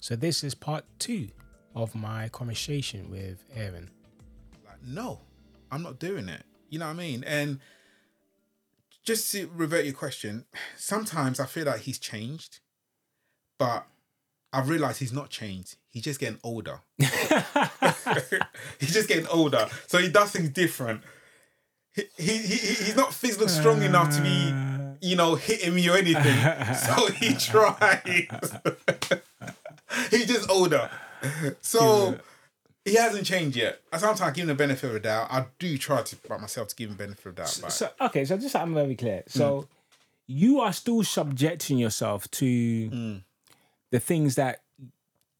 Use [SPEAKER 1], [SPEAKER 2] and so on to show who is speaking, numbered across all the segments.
[SPEAKER 1] So this is part two of my conversation with Aaron.
[SPEAKER 2] Like, no, I'm not doing it. You know what I mean? And just to revert your question, sometimes I feel like he's changed, but I've realized he's not changed. He's just getting older. he's just getting older, so he does things different. He, he, he he's not physically strong enough to be, you know, hitting me or anything. So he tries. he's just older, so he hasn't changed yet. I sometimes give him the benefit of the doubt. I do try to by myself to give him the benefit of the doubt. But
[SPEAKER 1] So okay, so just so I'm very clear. So you are still subjecting yourself to the things that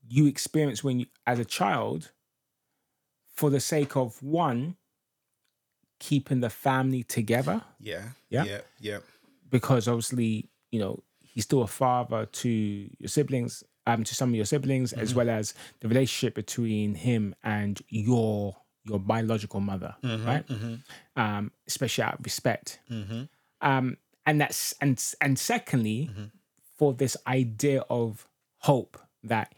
[SPEAKER 1] you experience when you as a child for the sake of one keeping the family together
[SPEAKER 2] yeah,
[SPEAKER 1] Yeah.
[SPEAKER 2] yeah, yeah.
[SPEAKER 1] because obviously, you know, he's still a father to your siblings, um, to some of your siblings, as well as the relationship between him and your your biological mother, right? Um, especially out of respect. Um, and that's and and secondly, for this idea of hope that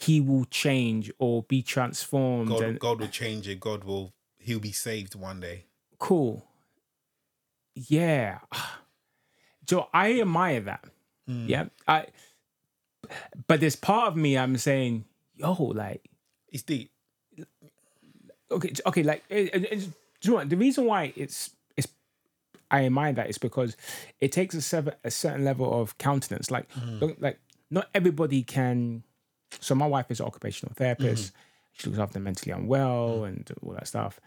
[SPEAKER 1] he will change or be transformed
[SPEAKER 2] God,
[SPEAKER 1] and
[SPEAKER 2] God will change it. God will. He'll be saved one day.
[SPEAKER 1] cool. Yeah. So I admire that. Yeah. I but there's part of me I'm saying, yo, like,
[SPEAKER 2] It's deep.
[SPEAKER 1] okay, it's- okay, like it, it, it's- do you know what? the reason why it's it's I admire that is because it takes a certain a certain level of countenance. Like don't- like not everybody can so my wife is an occupational therapist. She looks after the mentally unwell and all that stuff.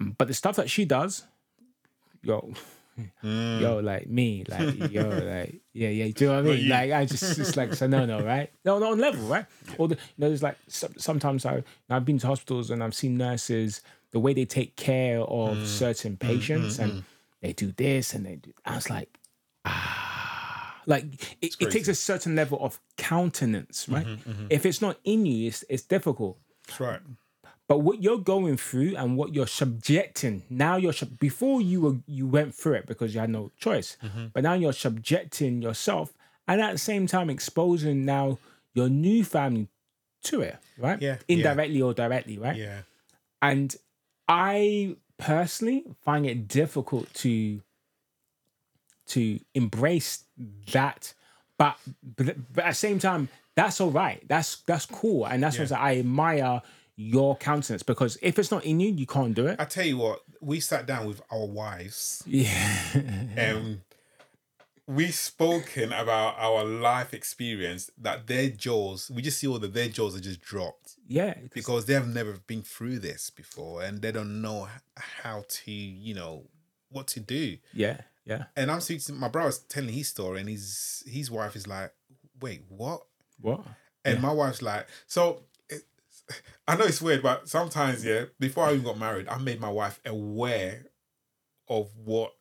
[SPEAKER 1] Um, But the stuff that she does, yo, yo, like me, like yo, like yeah, yeah. Do you know what I mean? Like I just it's like so no, no, right? No, not on level, right? Or the, you know, there's like some, sometimes I I've been to hospitals and I've seen nurses the way they take care of certain patients and they do this and they do. I was like, ah, like it, it takes a certain level of countenance, right? If it's not in you, it's it's difficult.
[SPEAKER 2] That's right.
[SPEAKER 1] But what you're going through and what you're subjecting now, you're sub- before you were you went through it because you had no choice.
[SPEAKER 2] Mm-hmm.
[SPEAKER 1] But now you're subjecting yourself and at the same time exposing now your new family to it, right?
[SPEAKER 2] Yeah, yeah.
[SPEAKER 1] Indirectly or directly, right?
[SPEAKER 2] Yeah.
[SPEAKER 1] And I personally find it difficult to to embrace that, but but, but at the same time, that's all right. That's that's cool, and that's what I admire your countenance because if it's not in you, you can't do it.
[SPEAKER 2] I tell you what, we sat down with our wives
[SPEAKER 1] yeah,
[SPEAKER 2] and we spoken about our life experience that their jaws, we just see all that their jaws are just dropped
[SPEAKER 1] yeah,
[SPEAKER 2] because they've never been through this before and they don't know h- how to, you know, what to do.
[SPEAKER 1] yeah, yeah.
[SPEAKER 2] And I'm speaking to my brother's telling his story and his his wife is like, wait, what?
[SPEAKER 1] What?
[SPEAKER 2] And my wife's like, so it- I know it's weird, but sometimes, yeah, before I even got married, I made my wife aware of what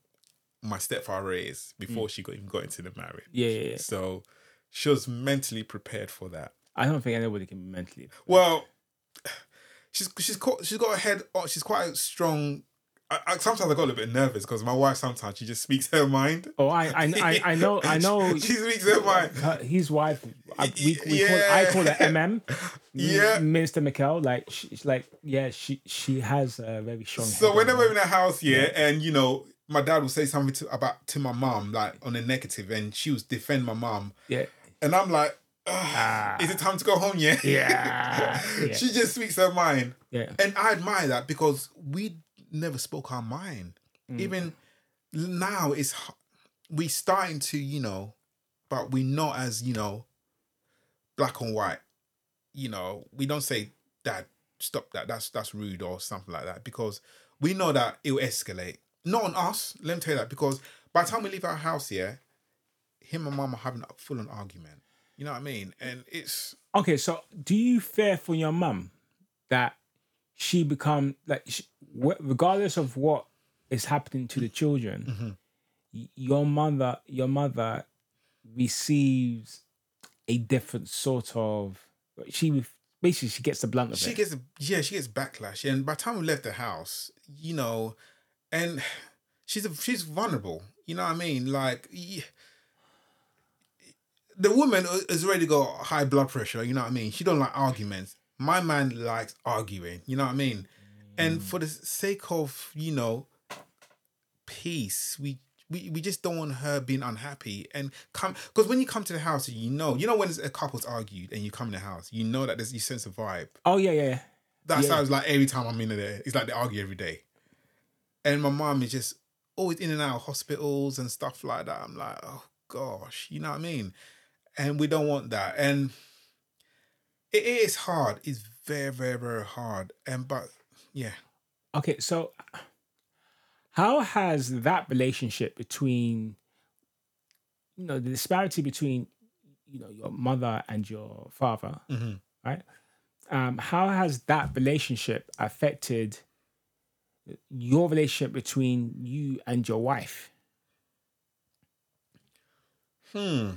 [SPEAKER 2] my stepfather is before she got, even got into the marriage.
[SPEAKER 1] Mm. Yeah, yeah, yeah.
[SPEAKER 2] So she was mentally prepared for that.
[SPEAKER 1] I don't think anybody can be mentally.
[SPEAKER 2] Well, she's she's caught, she's got her head. on- She's quite a strong. I, I, sometimes I got a little bit nervous because my wife sometimes she just speaks her mind.
[SPEAKER 1] Oh, I, I, I, I know, I know.
[SPEAKER 2] she speaks her mind.
[SPEAKER 1] Her, his wife, I, we, we call, I call her
[SPEAKER 2] Yeah.
[SPEAKER 1] MM.
[SPEAKER 2] Yeah.
[SPEAKER 1] Minister Mikkel, like she's like yeah, she she has a very strong.
[SPEAKER 2] So
[SPEAKER 1] head
[SPEAKER 2] whenever
[SPEAKER 1] on
[SPEAKER 2] we're in the house, yeah, and you know, my dad will say something to about to my mom, like on the negative, and she was defend my mom,
[SPEAKER 1] her. yeah,
[SPEAKER 2] and I'm like, "Ugh, is it time to go home yet?
[SPEAKER 1] Ah. yeah, yeah,
[SPEAKER 2] she just speaks her mind,
[SPEAKER 1] yeah,
[SPEAKER 2] and I admire that because we never spoke our mind.
[SPEAKER 1] Mm.
[SPEAKER 2] Even now, it's h- we starting to, you know, but we not as you know, black and white. You know, we don't say dad, stop that. That's that's rude or something like that because we know that it'll escalate. Not on us. Let me tell you that because by the time we leave our house, yeah, him and mum are having a full on argument. You know what I mean? And it's
[SPEAKER 1] Okay, so do you fear for your mum that she become like she, wh- regardless of what is happening to the children,
[SPEAKER 2] Mm-hmm.
[SPEAKER 1] y- your mother your mother receives a different sort of she ref- basically she gets the blunt of
[SPEAKER 2] she
[SPEAKER 1] it.
[SPEAKER 2] gets yeah she gets backlash and by the time we left the house you know and she's a, she's vulnerable you know what i mean like y- the woman has already got high blood pressure. You know what I mean? She don't like arguments. My man likes arguing. You know what I mean?
[SPEAKER 1] Mm.
[SPEAKER 2] And for the sake of you know peace, we. We, we just don't want her being unhappy and come because when you come to the house you know you know when a couple's argued and you come in the house you know that there's you sense a vibe
[SPEAKER 1] Oh yeah, yeah, yeah.
[SPEAKER 2] that
[SPEAKER 1] Yeah.
[SPEAKER 2] sounds like every time I'm in there, it's like they argue every day. And my mom is just always in and out of hospitals and stuff like that. I'm like, oh gosh, you know what I mean? And we don't want that. And it is hard. It's very, very, very hard. And but yeah,
[SPEAKER 1] Okay, so how has that relationship between you know the disparity between you know your mother and your father,
[SPEAKER 2] Mhm.
[SPEAKER 1] right? Um, how has that relationship affected your relationship between you and your wife?
[SPEAKER 2] hmm.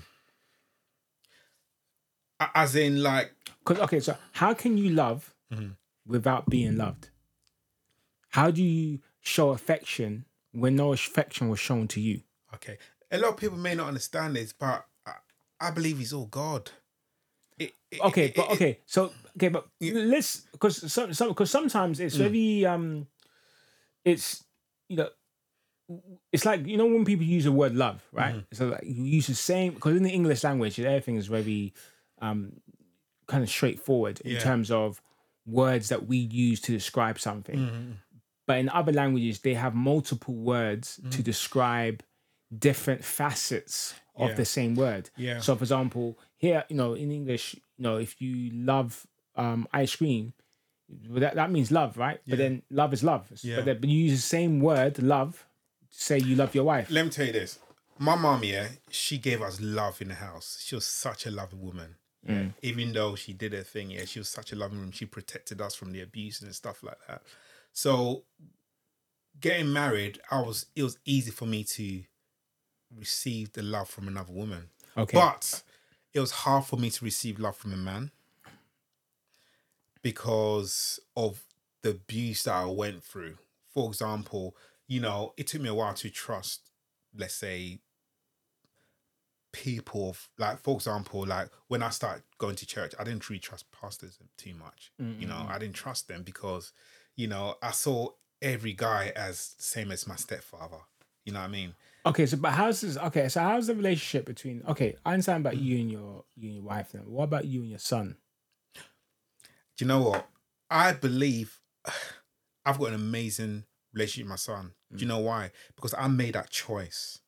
[SPEAKER 2] A- As in, like,
[SPEAKER 1] Because okay, so how can you love
[SPEAKER 2] Mhm.
[SPEAKER 1] without being loved? How do you show affection when no affection was shown to you?
[SPEAKER 2] okay, a lot of people may not understand this, but I, I believe it's all God. It- it-
[SPEAKER 1] okay,
[SPEAKER 2] it-
[SPEAKER 1] but
[SPEAKER 2] it-
[SPEAKER 1] okay, so okay, but let's because some some because sometimes it's very um, it's you know. It's like you know when people use the word love, right? So like you use the same because in the English language, everything is very um, kind of straightforward in
[SPEAKER 2] Yeah.
[SPEAKER 1] terms of words that we use to describe something. But in other languages, they have multiple words
[SPEAKER 2] Mm.
[SPEAKER 1] to describe different facets of
[SPEAKER 2] Yeah.
[SPEAKER 1] the same word.
[SPEAKER 2] Yeah.
[SPEAKER 1] So, for example, here, you know, in English, you know, if you love um, ice cream, well, that, that means love, right? But
[SPEAKER 2] Yeah.
[SPEAKER 1] then love is love.
[SPEAKER 2] Yeah.
[SPEAKER 1] But, then, but you use the same word, love, to say you love your wife.
[SPEAKER 2] Let me tell you this. My mom, yeah, she gave us love in the house. She was such a loving woman. Yeah. Even though she did her thing, yeah, she was such a loving woman. She protected us from the abuse and stuff like that. So getting married, I was it was easy for me to receive the love from another woman.
[SPEAKER 1] Okay.
[SPEAKER 2] But it was hard for me to receive love from a man because of the abuse that I went through. For example, you know, it took me a while to trust, let's say, people of like for example like when i started going to church i didn't really trust pastors too much you know i didn't trust them because you know i saw every guy as same as my stepfather you know what i mean
[SPEAKER 1] Okay, so but how's this? Okay, so how's the relationship between? Okay, I understand about you and your you and your wife now. What about you and your son?
[SPEAKER 2] do you know what? I believe I've got an amazing relationship with my son. Do you
[SPEAKER 1] Mm.
[SPEAKER 2] know why? Because I made that choice.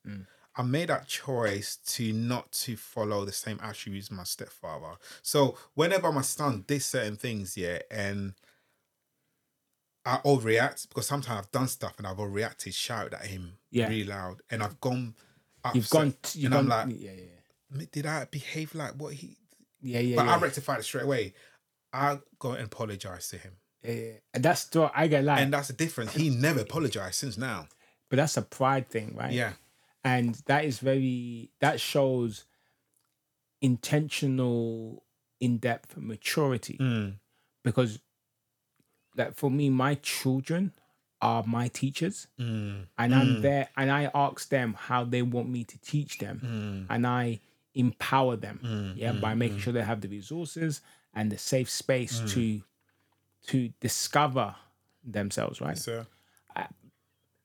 [SPEAKER 2] I made that choice to not to follow the same attributes as my stepfather. So whenever my son did certain things, yeah, and I overreact because sometimes I've done stuff and I've overreacted, shouted at him
[SPEAKER 1] Yeah.
[SPEAKER 2] really loud, and I've gone.
[SPEAKER 1] You've
[SPEAKER 2] upset,
[SPEAKER 1] gone. t- You've
[SPEAKER 2] and
[SPEAKER 1] gone.
[SPEAKER 2] I'm like,
[SPEAKER 1] yeah, yeah,
[SPEAKER 2] did I behave like what he?
[SPEAKER 1] yeah, yeah.
[SPEAKER 2] But
[SPEAKER 1] yeah,
[SPEAKER 2] I rectified it straight away. I go and apologize to him.
[SPEAKER 1] yeah, yeah. Eh, And that's the I get like,
[SPEAKER 2] And that's the difference. He never apologized since now.
[SPEAKER 1] but that's a pride thing, right?
[SPEAKER 2] Yeah.
[SPEAKER 1] and that is very that shows intentional in-depth maturity
[SPEAKER 2] Mm.
[SPEAKER 1] because like for me my children are my teachers and i'm
[SPEAKER 2] Mm.
[SPEAKER 1] there and i ask them how they want me to teach them
[SPEAKER 2] Mm.
[SPEAKER 1] and i empower them mm, yeah by
[SPEAKER 2] Mm.
[SPEAKER 1] making sure they have the resources and the safe space to to discover themselves right
[SPEAKER 2] So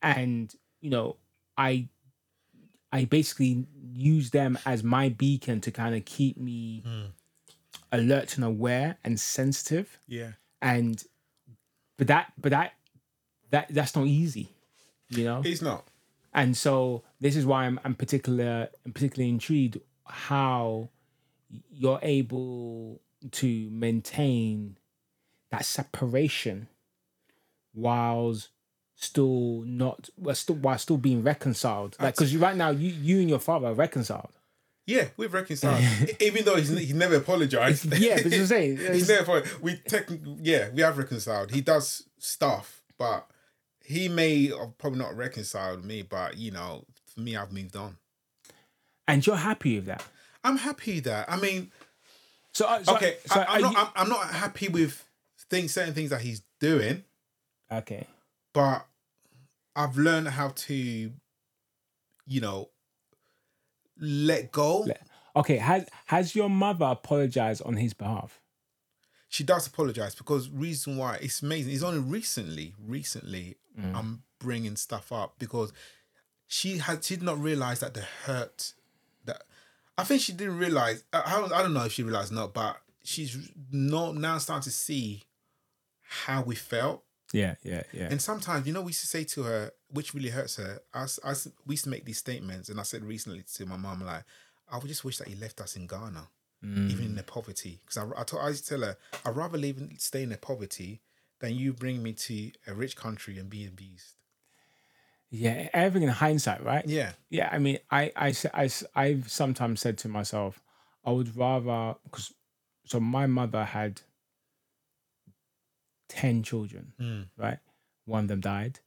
[SPEAKER 1] and you know i i basically use them as my beacon to kind of keep me alert and aware and sensitive
[SPEAKER 2] yeah.
[SPEAKER 1] and but that but that that that's not easy you know
[SPEAKER 2] He's not.
[SPEAKER 1] and so this is why i'm, I'm particular i'm particularly intrigued how you're able to maintain that separation whilst still not well, still while still being reconciled like because right now you you and your father are reconciled
[SPEAKER 2] Yeah, we've reconciled. E- Even though he's, he never apologized.
[SPEAKER 1] yeah but as i say
[SPEAKER 2] he's
[SPEAKER 1] it's-
[SPEAKER 2] never apologized. We technically, yeah, we have reconciled. He does stuff, but he may have probably not reconciled with me, but you know, for me, I've moved on.
[SPEAKER 1] and you're happy with that
[SPEAKER 2] I'm happy that. I mean,
[SPEAKER 1] so, uh, so
[SPEAKER 2] okay,
[SPEAKER 1] so
[SPEAKER 2] I,
[SPEAKER 1] are
[SPEAKER 2] am not,
[SPEAKER 1] you-
[SPEAKER 2] I'm, I'm not happy with things, certain things that he's doing,
[SPEAKER 1] okay
[SPEAKER 2] but I've learned how to, you know, let go.
[SPEAKER 1] Okay, has has your mother apologized on his behalf?
[SPEAKER 2] She does apologize because reason why it's amazing. It's only recently, recently I'm bringing stuff up because she had she did not realize that the hurt that I think she didn't realize. I, I don't- I don't know if she realized or not, but she's not now starting to see how we felt.
[SPEAKER 1] Yeah, yeah, yeah.
[SPEAKER 2] And sometimes, you know, we used to say to her, which really hurts her. I, s- I s- we used to make these statements, and I said recently to my mum, like, I would just wish that he left us in Ghana,
[SPEAKER 1] Mm.
[SPEAKER 2] even in their poverty. Because I, I, told, I used to tell her, I'd rather live and stay in their poverty than you bring me to a rich country and be abused.
[SPEAKER 1] yeah, everything in hindsight, right?
[SPEAKER 2] Yeah,
[SPEAKER 1] yeah i mean i i s- I s- i've sometimes said to myself i would rather because so my mother had 10 children
[SPEAKER 2] Mm.
[SPEAKER 1] right one of them died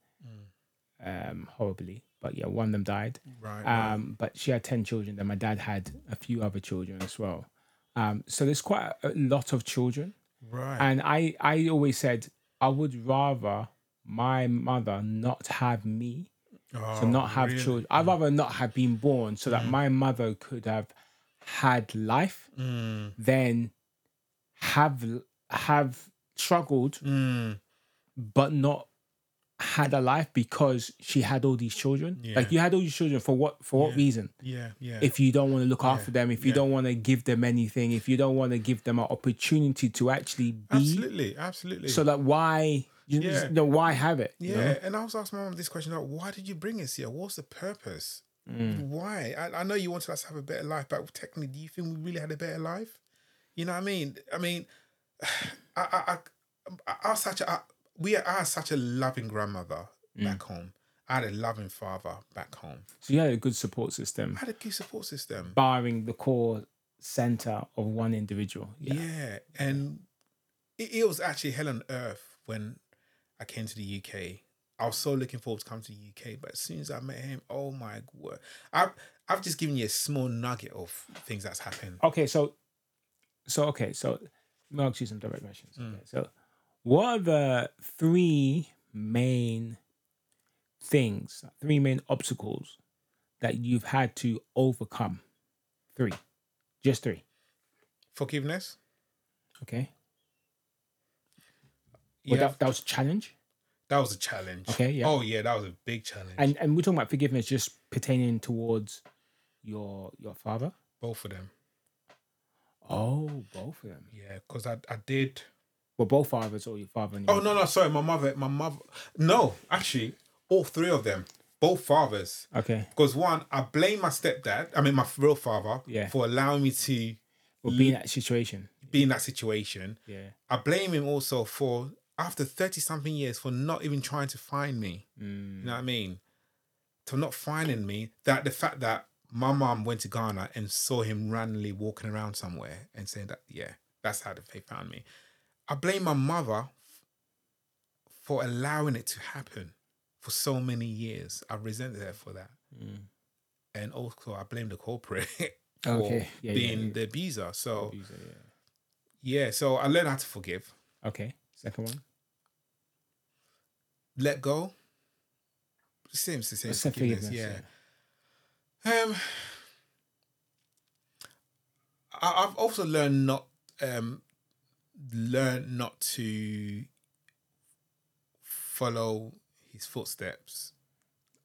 [SPEAKER 1] um horribly but yeah one of them died
[SPEAKER 2] right. right.
[SPEAKER 1] um but she had 10 children then my dad had a few other children as well um so there's quite a lot of children
[SPEAKER 2] right.
[SPEAKER 1] and I, I always said I would rather my mother not have me,
[SPEAKER 2] Oh,
[SPEAKER 1] to not have
[SPEAKER 2] really? Mm.
[SPEAKER 1] children. I'd rather not have been born so that my mother could have had life,
[SPEAKER 2] Mm,
[SPEAKER 1] than have have struggled
[SPEAKER 2] mm,
[SPEAKER 1] but not had a life because she had all these children.
[SPEAKER 2] Yeah.
[SPEAKER 1] Like you had all these children for what for what reason?
[SPEAKER 2] yeah, yeah.
[SPEAKER 1] if you don't want to look after them, if you don't want to give them anything, if you don't want to give them an opportunity to actually be,
[SPEAKER 2] absolutely, absolutely.
[SPEAKER 1] so that why you
[SPEAKER 2] Yeah.
[SPEAKER 1] know why have it? you
[SPEAKER 2] Yeah,
[SPEAKER 1] know?
[SPEAKER 2] and I was asking my mom this question: like, why did you bring us here? What's the purpose?
[SPEAKER 1] Mm.
[SPEAKER 2] Why? I, I know you wanted us to have a better life, but technically, do you think we really had a better life? You know what I mean? I mean, I, I, I, I was such a, I, we, I had such a loving grandmother back
[SPEAKER 1] Mm.
[SPEAKER 2] home. I had a loving father back home.
[SPEAKER 1] So you had a good support system,
[SPEAKER 2] I had a good support system.
[SPEAKER 1] barring the core center of one individual. Yeah.
[SPEAKER 2] Yeah, and it, it was actually hell on earth when I came to the UK. I was so looking forward to come to the UK, but as soon as I met him, oh my word! I've I've just given you a small nugget of things that's happened.
[SPEAKER 1] Okay, so so okay, so let me ask you some direct questions. Okay, so what are the three main things, three main obstacles that you've had to overcome? Three. Just three.
[SPEAKER 2] Forgiveness.
[SPEAKER 1] Okay.
[SPEAKER 2] Yeah,
[SPEAKER 1] Well,
[SPEAKER 2] that,
[SPEAKER 1] that, that was a challenge.
[SPEAKER 2] was a challenge.
[SPEAKER 1] Okay, yeah.
[SPEAKER 2] Oh yeah, that was a big challenge.
[SPEAKER 1] And and we're talking about forgiveness just pertaining towards your your father.
[SPEAKER 2] both of them.
[SPEAKER 1] Oh, both of them.
[SPEAKER 2] Yeah, because I I did.
[SPEAKER 1] Well, both fathers or your father and your
[SPEAKER 2] Oh no no sorry, my mother my mother. No, actually, all three of them, both fathers.
[SPEAKER 1] Okay.
[SPEAKER 2] Because one, I blame my stepdad. I mean my real father
[SPEAKER 1] Yeah.
[SPEAKER 2] for allowing me to
[SPEAKER 1] Well, being that situation.
[SPEAKER 2] be in that situation.
[SPEAKER 1] Yeah.
[SPEAKER 2] I blame him also for after 30 something years for not even trying to find me. You
[SPEAKER 1] Mm.
[SPEAKER 2] know what I mean? To not finding me, that the fact that my mom went to Ghana and saw him randomly walking around somewhere and saying that, yeah, that's how they found me. I blame my mother for allowing it to happen for so many years. I resented her for that. And also, I blame the corporate for
[SPEAKER 1] Okay. Yeah, yeah,
[SPEAKER 2] being
[SPEAKER 1] yeah.
[SPEAKER 2] the abuser. So,
[SPEAKER 1] Abuser, yeah.
[SPEAKER 2] yeah, so I learned how to forgive.
[SPEAKER 1] Okay. Second one.
[SPEAKER 2] let go. Seems the same.
[SPEAKER 1] Except
[SPEAKER 2] forgiveness,
[SPEAKER 1] forgiveness,
[SPEAKER 2] yeah. Um, I, I've also learned not um, learn not to follow his footsteps.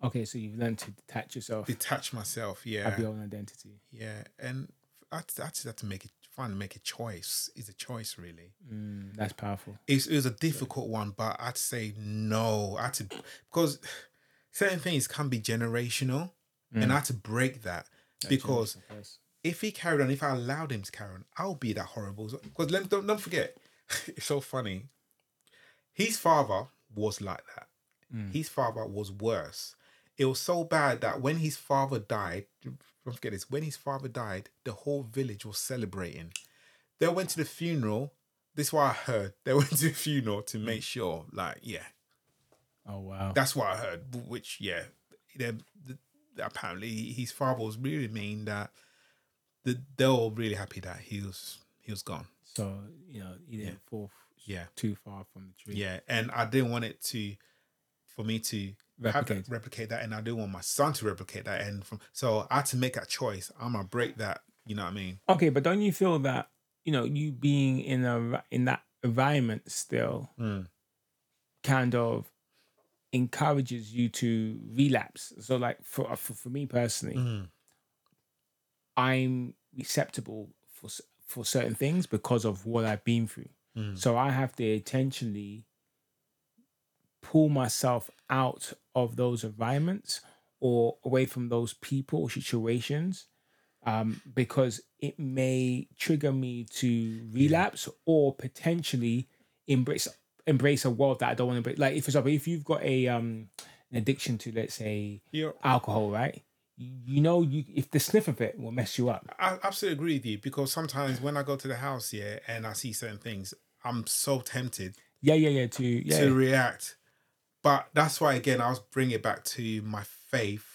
[SPEAKER 1] Okay, so you've learned to detach yourself
[SPEAKER 2] Detach myself. Yeah,
[SPEAKER 1] of your own identity.
[SPEAKER 2] yeah, and I, just- I just had to make it. Trying to make a choice is a choice, really.
[SPEAKER 1] Mm, that's powerful.
[SPEAKER 2] it's, it was a difficult one, but I'd say no. I had to because certain things can be generational, and I had to break that because
[SPEAKER 1] Yes.
[SPEAKER 2] if he carried on, if I allowed him to carry on, I'll be that horrible. Because let don't don't forget, it's so funny. His father was like that. His father was worse. It was so bad that when his father died, don't forget this. When his father died, the whole village was celebrating. They went to the funeral. This is what I heard. They went to the funeral to make sure, like, yeah,
[SPEAKER 1] Oh wow.
[SPEAKER 2] that's what I heard. wh- Which, yeah, they- th- apparently his father was really mean that th- they were all really happy that he was he was gone.
[SPEAKER 1] so you know, you didn't fall f-
[SPEAKER 2] Yeah,
[SPEAKER 1] too far from the tree.
[SPEAKER 2] yeah, and I didn't want it to for me to have
[SPEAKER 1] Replicate.
[SPEAKER 2] that, replicate that, and I didn't want my son to replicate that. And from so I had to make that choice. I'm gonna break that You know what I mean?
[SPEAKER 1] Okay, but don't you feel that you know you being in a in that environment still
[SPEAKER 2] Mm.
[SPEAKER 1] kind of encourages you to relapse? So, like for for, for me personally,
[SPEAKER 2] Mm.
[SPEAKER 1] I'm receptible for s- for certain things because of what I've been through.
[SPEAKER 2] Mm.
[SPEAKER 1] So I have to intentionally pull myself out of those environments or away from those people situations um, because it may trigger me to relapse or potentially embrace embrace a world that I don't want to embrace. Like if for example, if you've got a um, an addiction to let's say
[SPEAKER 2] Yeah,
[SPEAKER 1] alcohol, right? You know, you if the sniff of it will mess you up.
[SPEAKER 2] I absolutely agree with you because sometimes when I go to the house, yeah, and I see certain things, I'm so tempted
[SPEAKER 1] Yeah, yeah, yeah. To yeah,
[SPEAKER 2] to react. But that's why, again, I'll bring it back to my faith.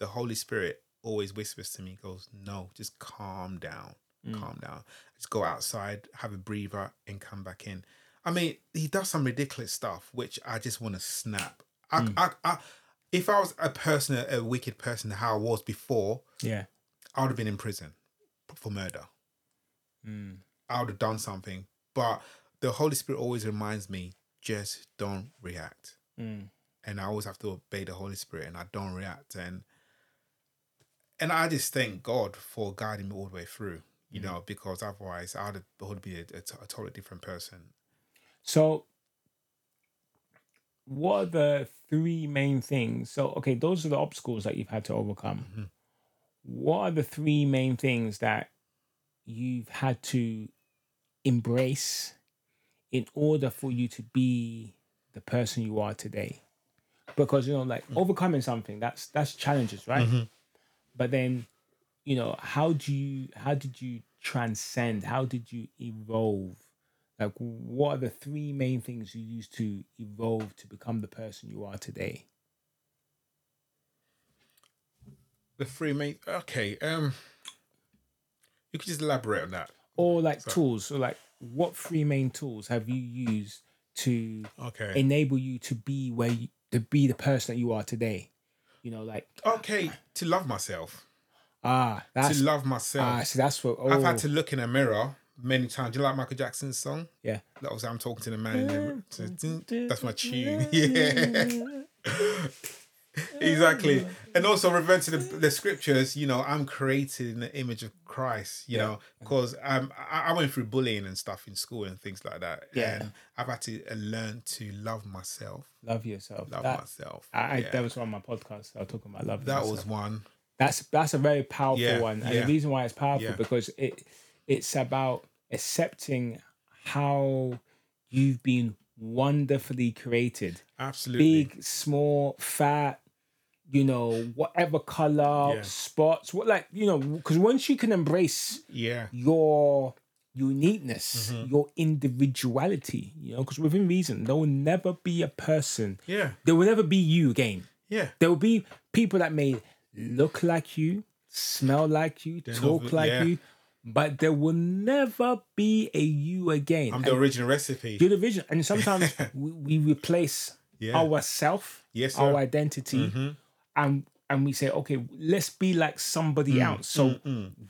[SPEAKER 2] The Holy Spirit always whispers to me, goes, No, just calm down,
[SPEAKER 1] Mm.
[SPEAKER 2] calm down. Just go outside, have a breather, and come back in. I mean, he does some ridiculous stuff, which I just want to snap. I, I, I, if I was a person, a wicked person, how I was before,
[SPEAKER 1] yeah.
[SPEAKER 2] I would have been in prison for murder.
[SPEAKER 1] Mm.
[SPEAKER 2] I would have done something. But the Holy Spirit always reminds me just don't react.
[SPEAKER 1] Mm.
[SPEAKER 2] And I always have to obey the Holy Spirit and I don't react. And and I just thank God for guiding me all the way through, you know, because otherwise I would, have, I would be a, a, t- a totally different person.
[SPEAKER 1] So, what are the three main things? So, okay, those are the obstacles that you've had to overcome.
[SPEAKER 2] Mhm.
[SPEAKER 1] What are the three main things that you've had to embrace in order for you to be the person you are today? Because you know, like overcoming something that's that's challenges, right? But then, you know, how do you how did you transcend? How did you evolve? Like, what are the three main things you used to evolve to become the person you are today?
[SPEAKER 2] The three main okay, um you could just elaborate on that.
[SPEAKER 1] Or like tools, or like what three main tools have you used to
[SPEAKER 2] Okay.
[SPEAKER 1] enable you to be where you, to be the person that you are today? You know, like
[SPEAKER 2] okay, to love myself.
[SPEAKER 1] ah, that's
[SPEAKER 2] to love myself.
[SPEAKER 1] ah, so that's what. Oh,
[SPEAKER 2] I've had to look in a mirror many times. Do you like Michael Jackson's song?
[SPEAKER 1] yeah.
[SPEAKER 2] That was I'm talking to the man. In the, that's my tune. Yeah, exactly. And also referring to the, the scriptures. You know, I'm created in the image of Christ. You know, because um, I, I went through bullying and stuff in school and things like that.
[SPEAKER 1] Yeah.
[SPEAKER 2] And I've had to uh, learn to love myself.
[SPEAKER 1] Love yourself.
[SPEAKER 2] Love
[SPEAKER 1] That-
[SPEAKER 2] myself.
[SPEAKER 1] I, I
[SPEAKER 2] yeah.
[SPEAKER 1] that was one of my podcasts. I was talking about love.
[SPEAKER 2] that
[SPEAKER 1] myself.
[SPEAKER 2] was one.
[SPEAKER 1] that's that's a very powerful
[SPEAKER 2] Yeah,
[SPEAKER 1] one, and
[SPEAKER 2] yeah.
[SPEAKER 1] the reason why it's powerful
[SPEAKER 2] Yeah.
[SPEAKER 1] because it it's about accepting how you've been wonderfully created,
[SPEAKER 2] Absolutely.
[SPEAKER 1] big, small, fat, you know, whatever color,
[SPEAKER 2] Yeah.
[SPEAKER 1] spots, what like you know, because once you can embrace
[SPEAKER 2] Yeah.
[SPEAKER 1] your uniqueness,
[SPEAKER 2] Mm-hmm.
[SPEAKER 1] your individuality, you know, because within reason, there will never be a person,
[SPEAKER 2] Yeah.
[SPEAKER 1] there will never be you again.
[SPEAKER 2] Yeah.
[SPEAKER 1] There will be people that may look like you, smell like you, talk
[SPEAKER 2] not-
[SPEAKER 1] like
[SPEAKER 2] yeah.
[SPEAKER 1] you, but there will never be a you again.
[SPEAKER 2] I'm
[SPEAKER 1] And
[SPEAKER 2] the original recipe.
[SPEAKER 1] You're the vision. And sometimes we, we replace
[SPEAKER 2] Yeah.
[SPEAKER 1] ourself,
[SPEAKER 2] Yes, sir. Mm-hmm.
[SPEAKER 1] our identity, and and we say, okay, let's be like somebody else. So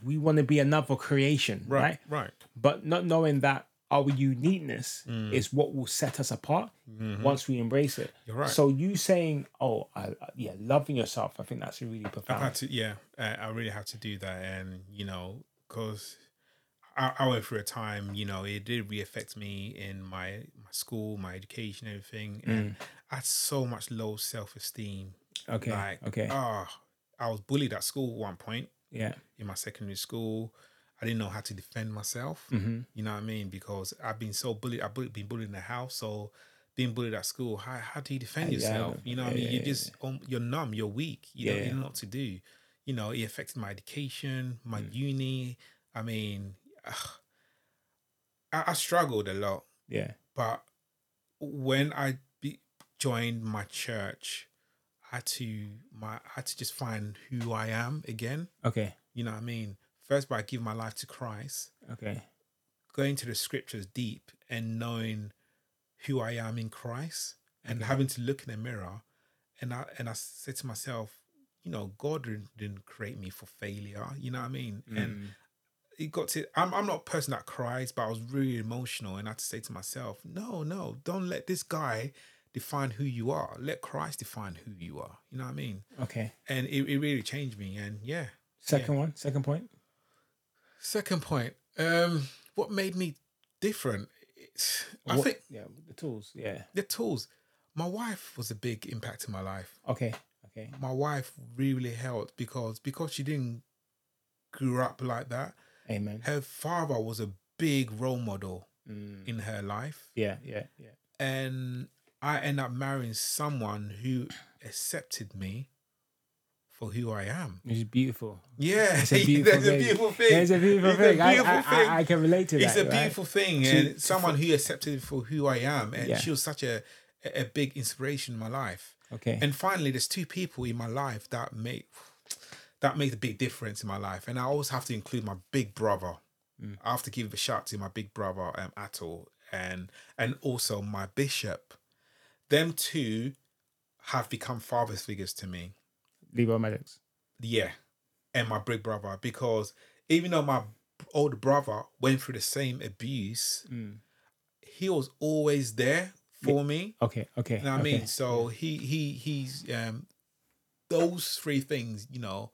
[SPEAKER 1] we want to be another creation, right?
[SPEAKER 2] Mm, Right. Right.
[SPEAKER 1] But not knowing that our uniqueness
[SPEAKER 2] Mm.
[SPEAKER 1] is what will set us apart once we embrace it.
[SPEAKER 2] Mm-hmm. You're right.
[SPEAKER 1] So you saying, "Oh, I, I- yeah, loving yourself," I think that's really
[SPEAKER 2] I had
[SPEAKER 1] profound.
[SPEAKER 2] to, yeah, I, I really had to do that, and you know, because I, I went through a time, you know, it did re-affect me in my my school, my education, everything,
[SPEAKER 1] Mm.
[SPEAKER 2] and I had so much low self-esteem.
[SPEAKER 1] Okay,
[SPEAKER 2] Like,
[SPEAKER 1] okay,
[SPEAKER 2] ah, I was bullied at school at one point
[SPEAKER 1] yeah,
[SPEAKER 2] in my secondary school. I didn't know how to defend myself.
[SPEAKER 1] Mm-hmm.
[SPEAKER 2] You know what I mean? Because I've been so bullied. I've bu- been bullied in the house, so being bullied at school. How, how do you defend
[SPEAKER 1] Yeah, I
[SPEAKER 2] yourself?
[SPEAKER 1] know.
[SPEAKER 2] You know what I
[SPEAKER 1] Yeah,
[SPEAKER 2] mean?
[SPEAKER 1] yeah,
[SPEAKER 2] you
[SPEAKER 1] yeah,
[SPEAKER 2] just um, you're numb. You're weak. You
[SPEAKER 1] Yeah,
[SPEAKER 2] don't you
[SPEAKER 1] yeah.
[SPEAKER 2] know what to do. You know it affected my education, my
[SPEAKER 1] Mm.
[SPEAKER 2] uni. I mean, ugh, I, I struggled a lot.
[SPEAKER 1] yeah.
[SPEAKER 2] But when I be, joined my church, I had to my I had to just find who I am again.
[SPEAKER 1] Okay,
[SPEAKER 2] You know what I mean? First, by giving my life to Christ,
[SPEAKER 1] okay,
[SPEAKER 2] going to the scriptures deep and knowing who I am in Christ and having to look in the mirror. And I and I said
[SPEAKER 1] Mm.
[SPEAKER 2] to myself, you know, God didn't- didn't create me for failure. You know what I mean? And it got to I'm I'm not a person that cries, but I was really emotional and I had to say to myself, no, no, don't let this guy define who you are. Let Christ define who you are. You know what I mean?
[SPEAKER 1] Okay.
[SPEAKER 2] And it, it really changed me. And yeah.
[SPEAKER 1] Second one, second point.
[SPEAKER 2] Second point. Um what made me different? It's, I
[SPEAKER 1] What-
[SPEAKER 2] think
[SPEAKER 1] Yeah, the tools. Yeah.
[SPEAKER 2] the tools. My wife was a big impact in my life.
[SPEAKER 1] Okay. Okay.
[SPEAKER 2] My wife really helped because because she didn't grew up like that.
[SPEAKER 1] Amen.
[SPEAKER 2] Her father was a big role model
[SPEAKER 1] Mm.
[SPEAKER 2] in her life.
[SPEAKER 1] Yeah. Yeah. Yeah.
[SPEAKER 2] and I end up marrying someone who accepted me for who I am.
[SPEAKER 1] It's beautiful.
[SPEAKER 2] Yeah,
[SPEAKER 1] It's a beautiful
[SPEAKER 2] that's a
[SPEAKER 1] thing.
[SPEAKER 2] beautiful thing.
[SPEAKER 1] Yeah, it's a beautiful
[SPEAKER 2] It's a
[SPEAKER 1] thing. I-
[SPEAKER 2] beautiful
[SPEAKER 1] I,
[SPEAKER 2] thing.
[SPEAKER 1] I, I can relate to
[SPEAKER 2] It's
[SPEAKER 1] that.
[SPEAKER 2] a
[SPEAKER 1] right?
[SPEAKER 2] beautiful thing,
[SPEAKER 1] To-
[SPEAKER 2] and someone who accepted me for who I am, and
[SPEAKER 1] Yeah.
[SPEAKER 2] she was such a a a big inspiration in my life.
[SPEAKER 1] Okay.
[SPEAKER 2] And finally, there's two people in my life that make that make a big difference in my life, and I always have to include my big brother. I have to give a shout to my big brother um, Atul, and and also my bishop. Them two have become father figures to me.
[SPEAKER 1] Lebo Maddox.
[SPEAKER 2] Yeah, and my big brother because even though my older brother went through the same abuse,
[SPEAKER 1] Mm.
[SPEAKER 2] he was always there for me.
[SPEAKER 1] Okay. Okay.
[SPEAKER 2] You know what
[SPEAKER 1] okay.
[SPEAKER 2] I mean? So he he he's um those three things, you know,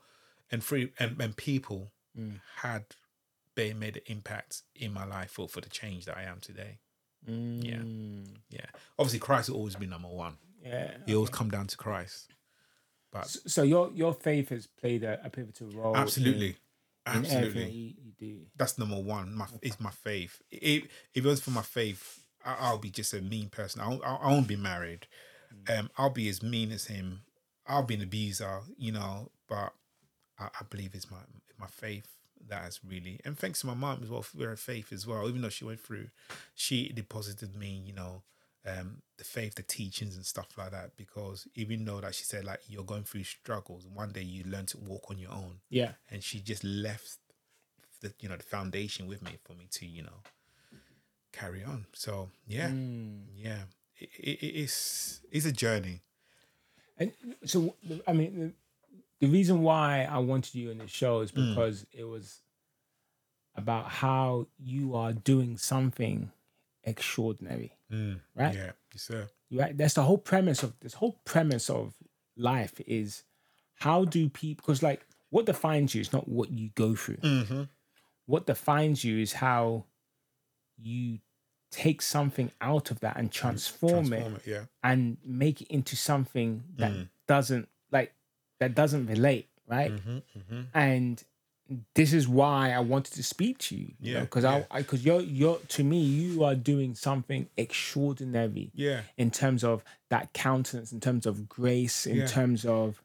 [SPEAKER 2] and three and, and people
[SPEAKER 1] Mm.
[SPEAKER 2] had they made an impact in my life for, for the change that I am today. Yeah.
[SPEAKER 1] Mm.
[SPEAKER 2] Yeah. Obviously Christ will always be number one.
[SPEAKER 1] Yeah.
[SPEAKER 2] It always come down to Christ.
[SPEAKER 1] S- So your your faith has played a, a pivotal role. in-
[SPEAKER 2] Absolutely.
[SPEAKER 1] Oh, in
[SPEAKER 2] Absolutely.
[SPEAKER 1] everything you, you do.
[SPEAKER 2] that's number one. My is my faith. If if it was for my faith, I, I'll be just a mean person. I won't, I I won't be married. Um, I'll be as mean as him. I'll be an abuser, you know. But I, I believe it's my my faith that has really. And thanks to my mom as well for her faith as well. Even though she went through, she deposited me, you know, um, the faith, the teachings and stuff like that. Because even though that she said like you're going through struggles, one day you learn to walk on your own
[SPEAKER 1] Yeah.
[SPEAKER 2] and she just left the you know the foundation with me for me to you know carry on so yeah
[SPEAKER 1] Mm.
[SPEAKER 2] yeah it, it, it's it's a journey
[SPEAKER 1] And so, I mean, the, the reason why I wanted you in the show is
[SPEAKER 2] Mm.
[SPEAKER 1] because it was about how you are doing something extraordinary,
[SPEAKER 2] Mm.
[SPEAKER 1] right?
[SPEAKER 2] yeah yes, sir
[SPEAKER 1] Right. That's the whole premise of this whole premise of life is how do people? Because like, what defines you is not what you go through.
[SPEAKER 2] mm-hmm.
[SPEAKER 1] What defines you is how you take something out of that and transform it
[SPEAKER 2] Transform it, yeah
[SPEAKER 1] and make it into something that
[SPEAKER 2] Mm.
[SPEAKER 1] doesn't like that doesn't relate right
[SPEAKER 2] mm-hmm, mm-hmm.
[SPEAKER 1] and this is why i wanted to speak to you
[SPEAKER 2] Yeah,
[SPEAKER 1] because
[SPEAKER 2] yeah.
[SPEAKER 1] i because you're you're to me you are doing something extraordinary
[SPEAKER 2] yeah
[SPEAKER 1] in terms of that countenance in terms of grace in
[SPEAKER 2] Yeah.
[SPEAKER 1] terms of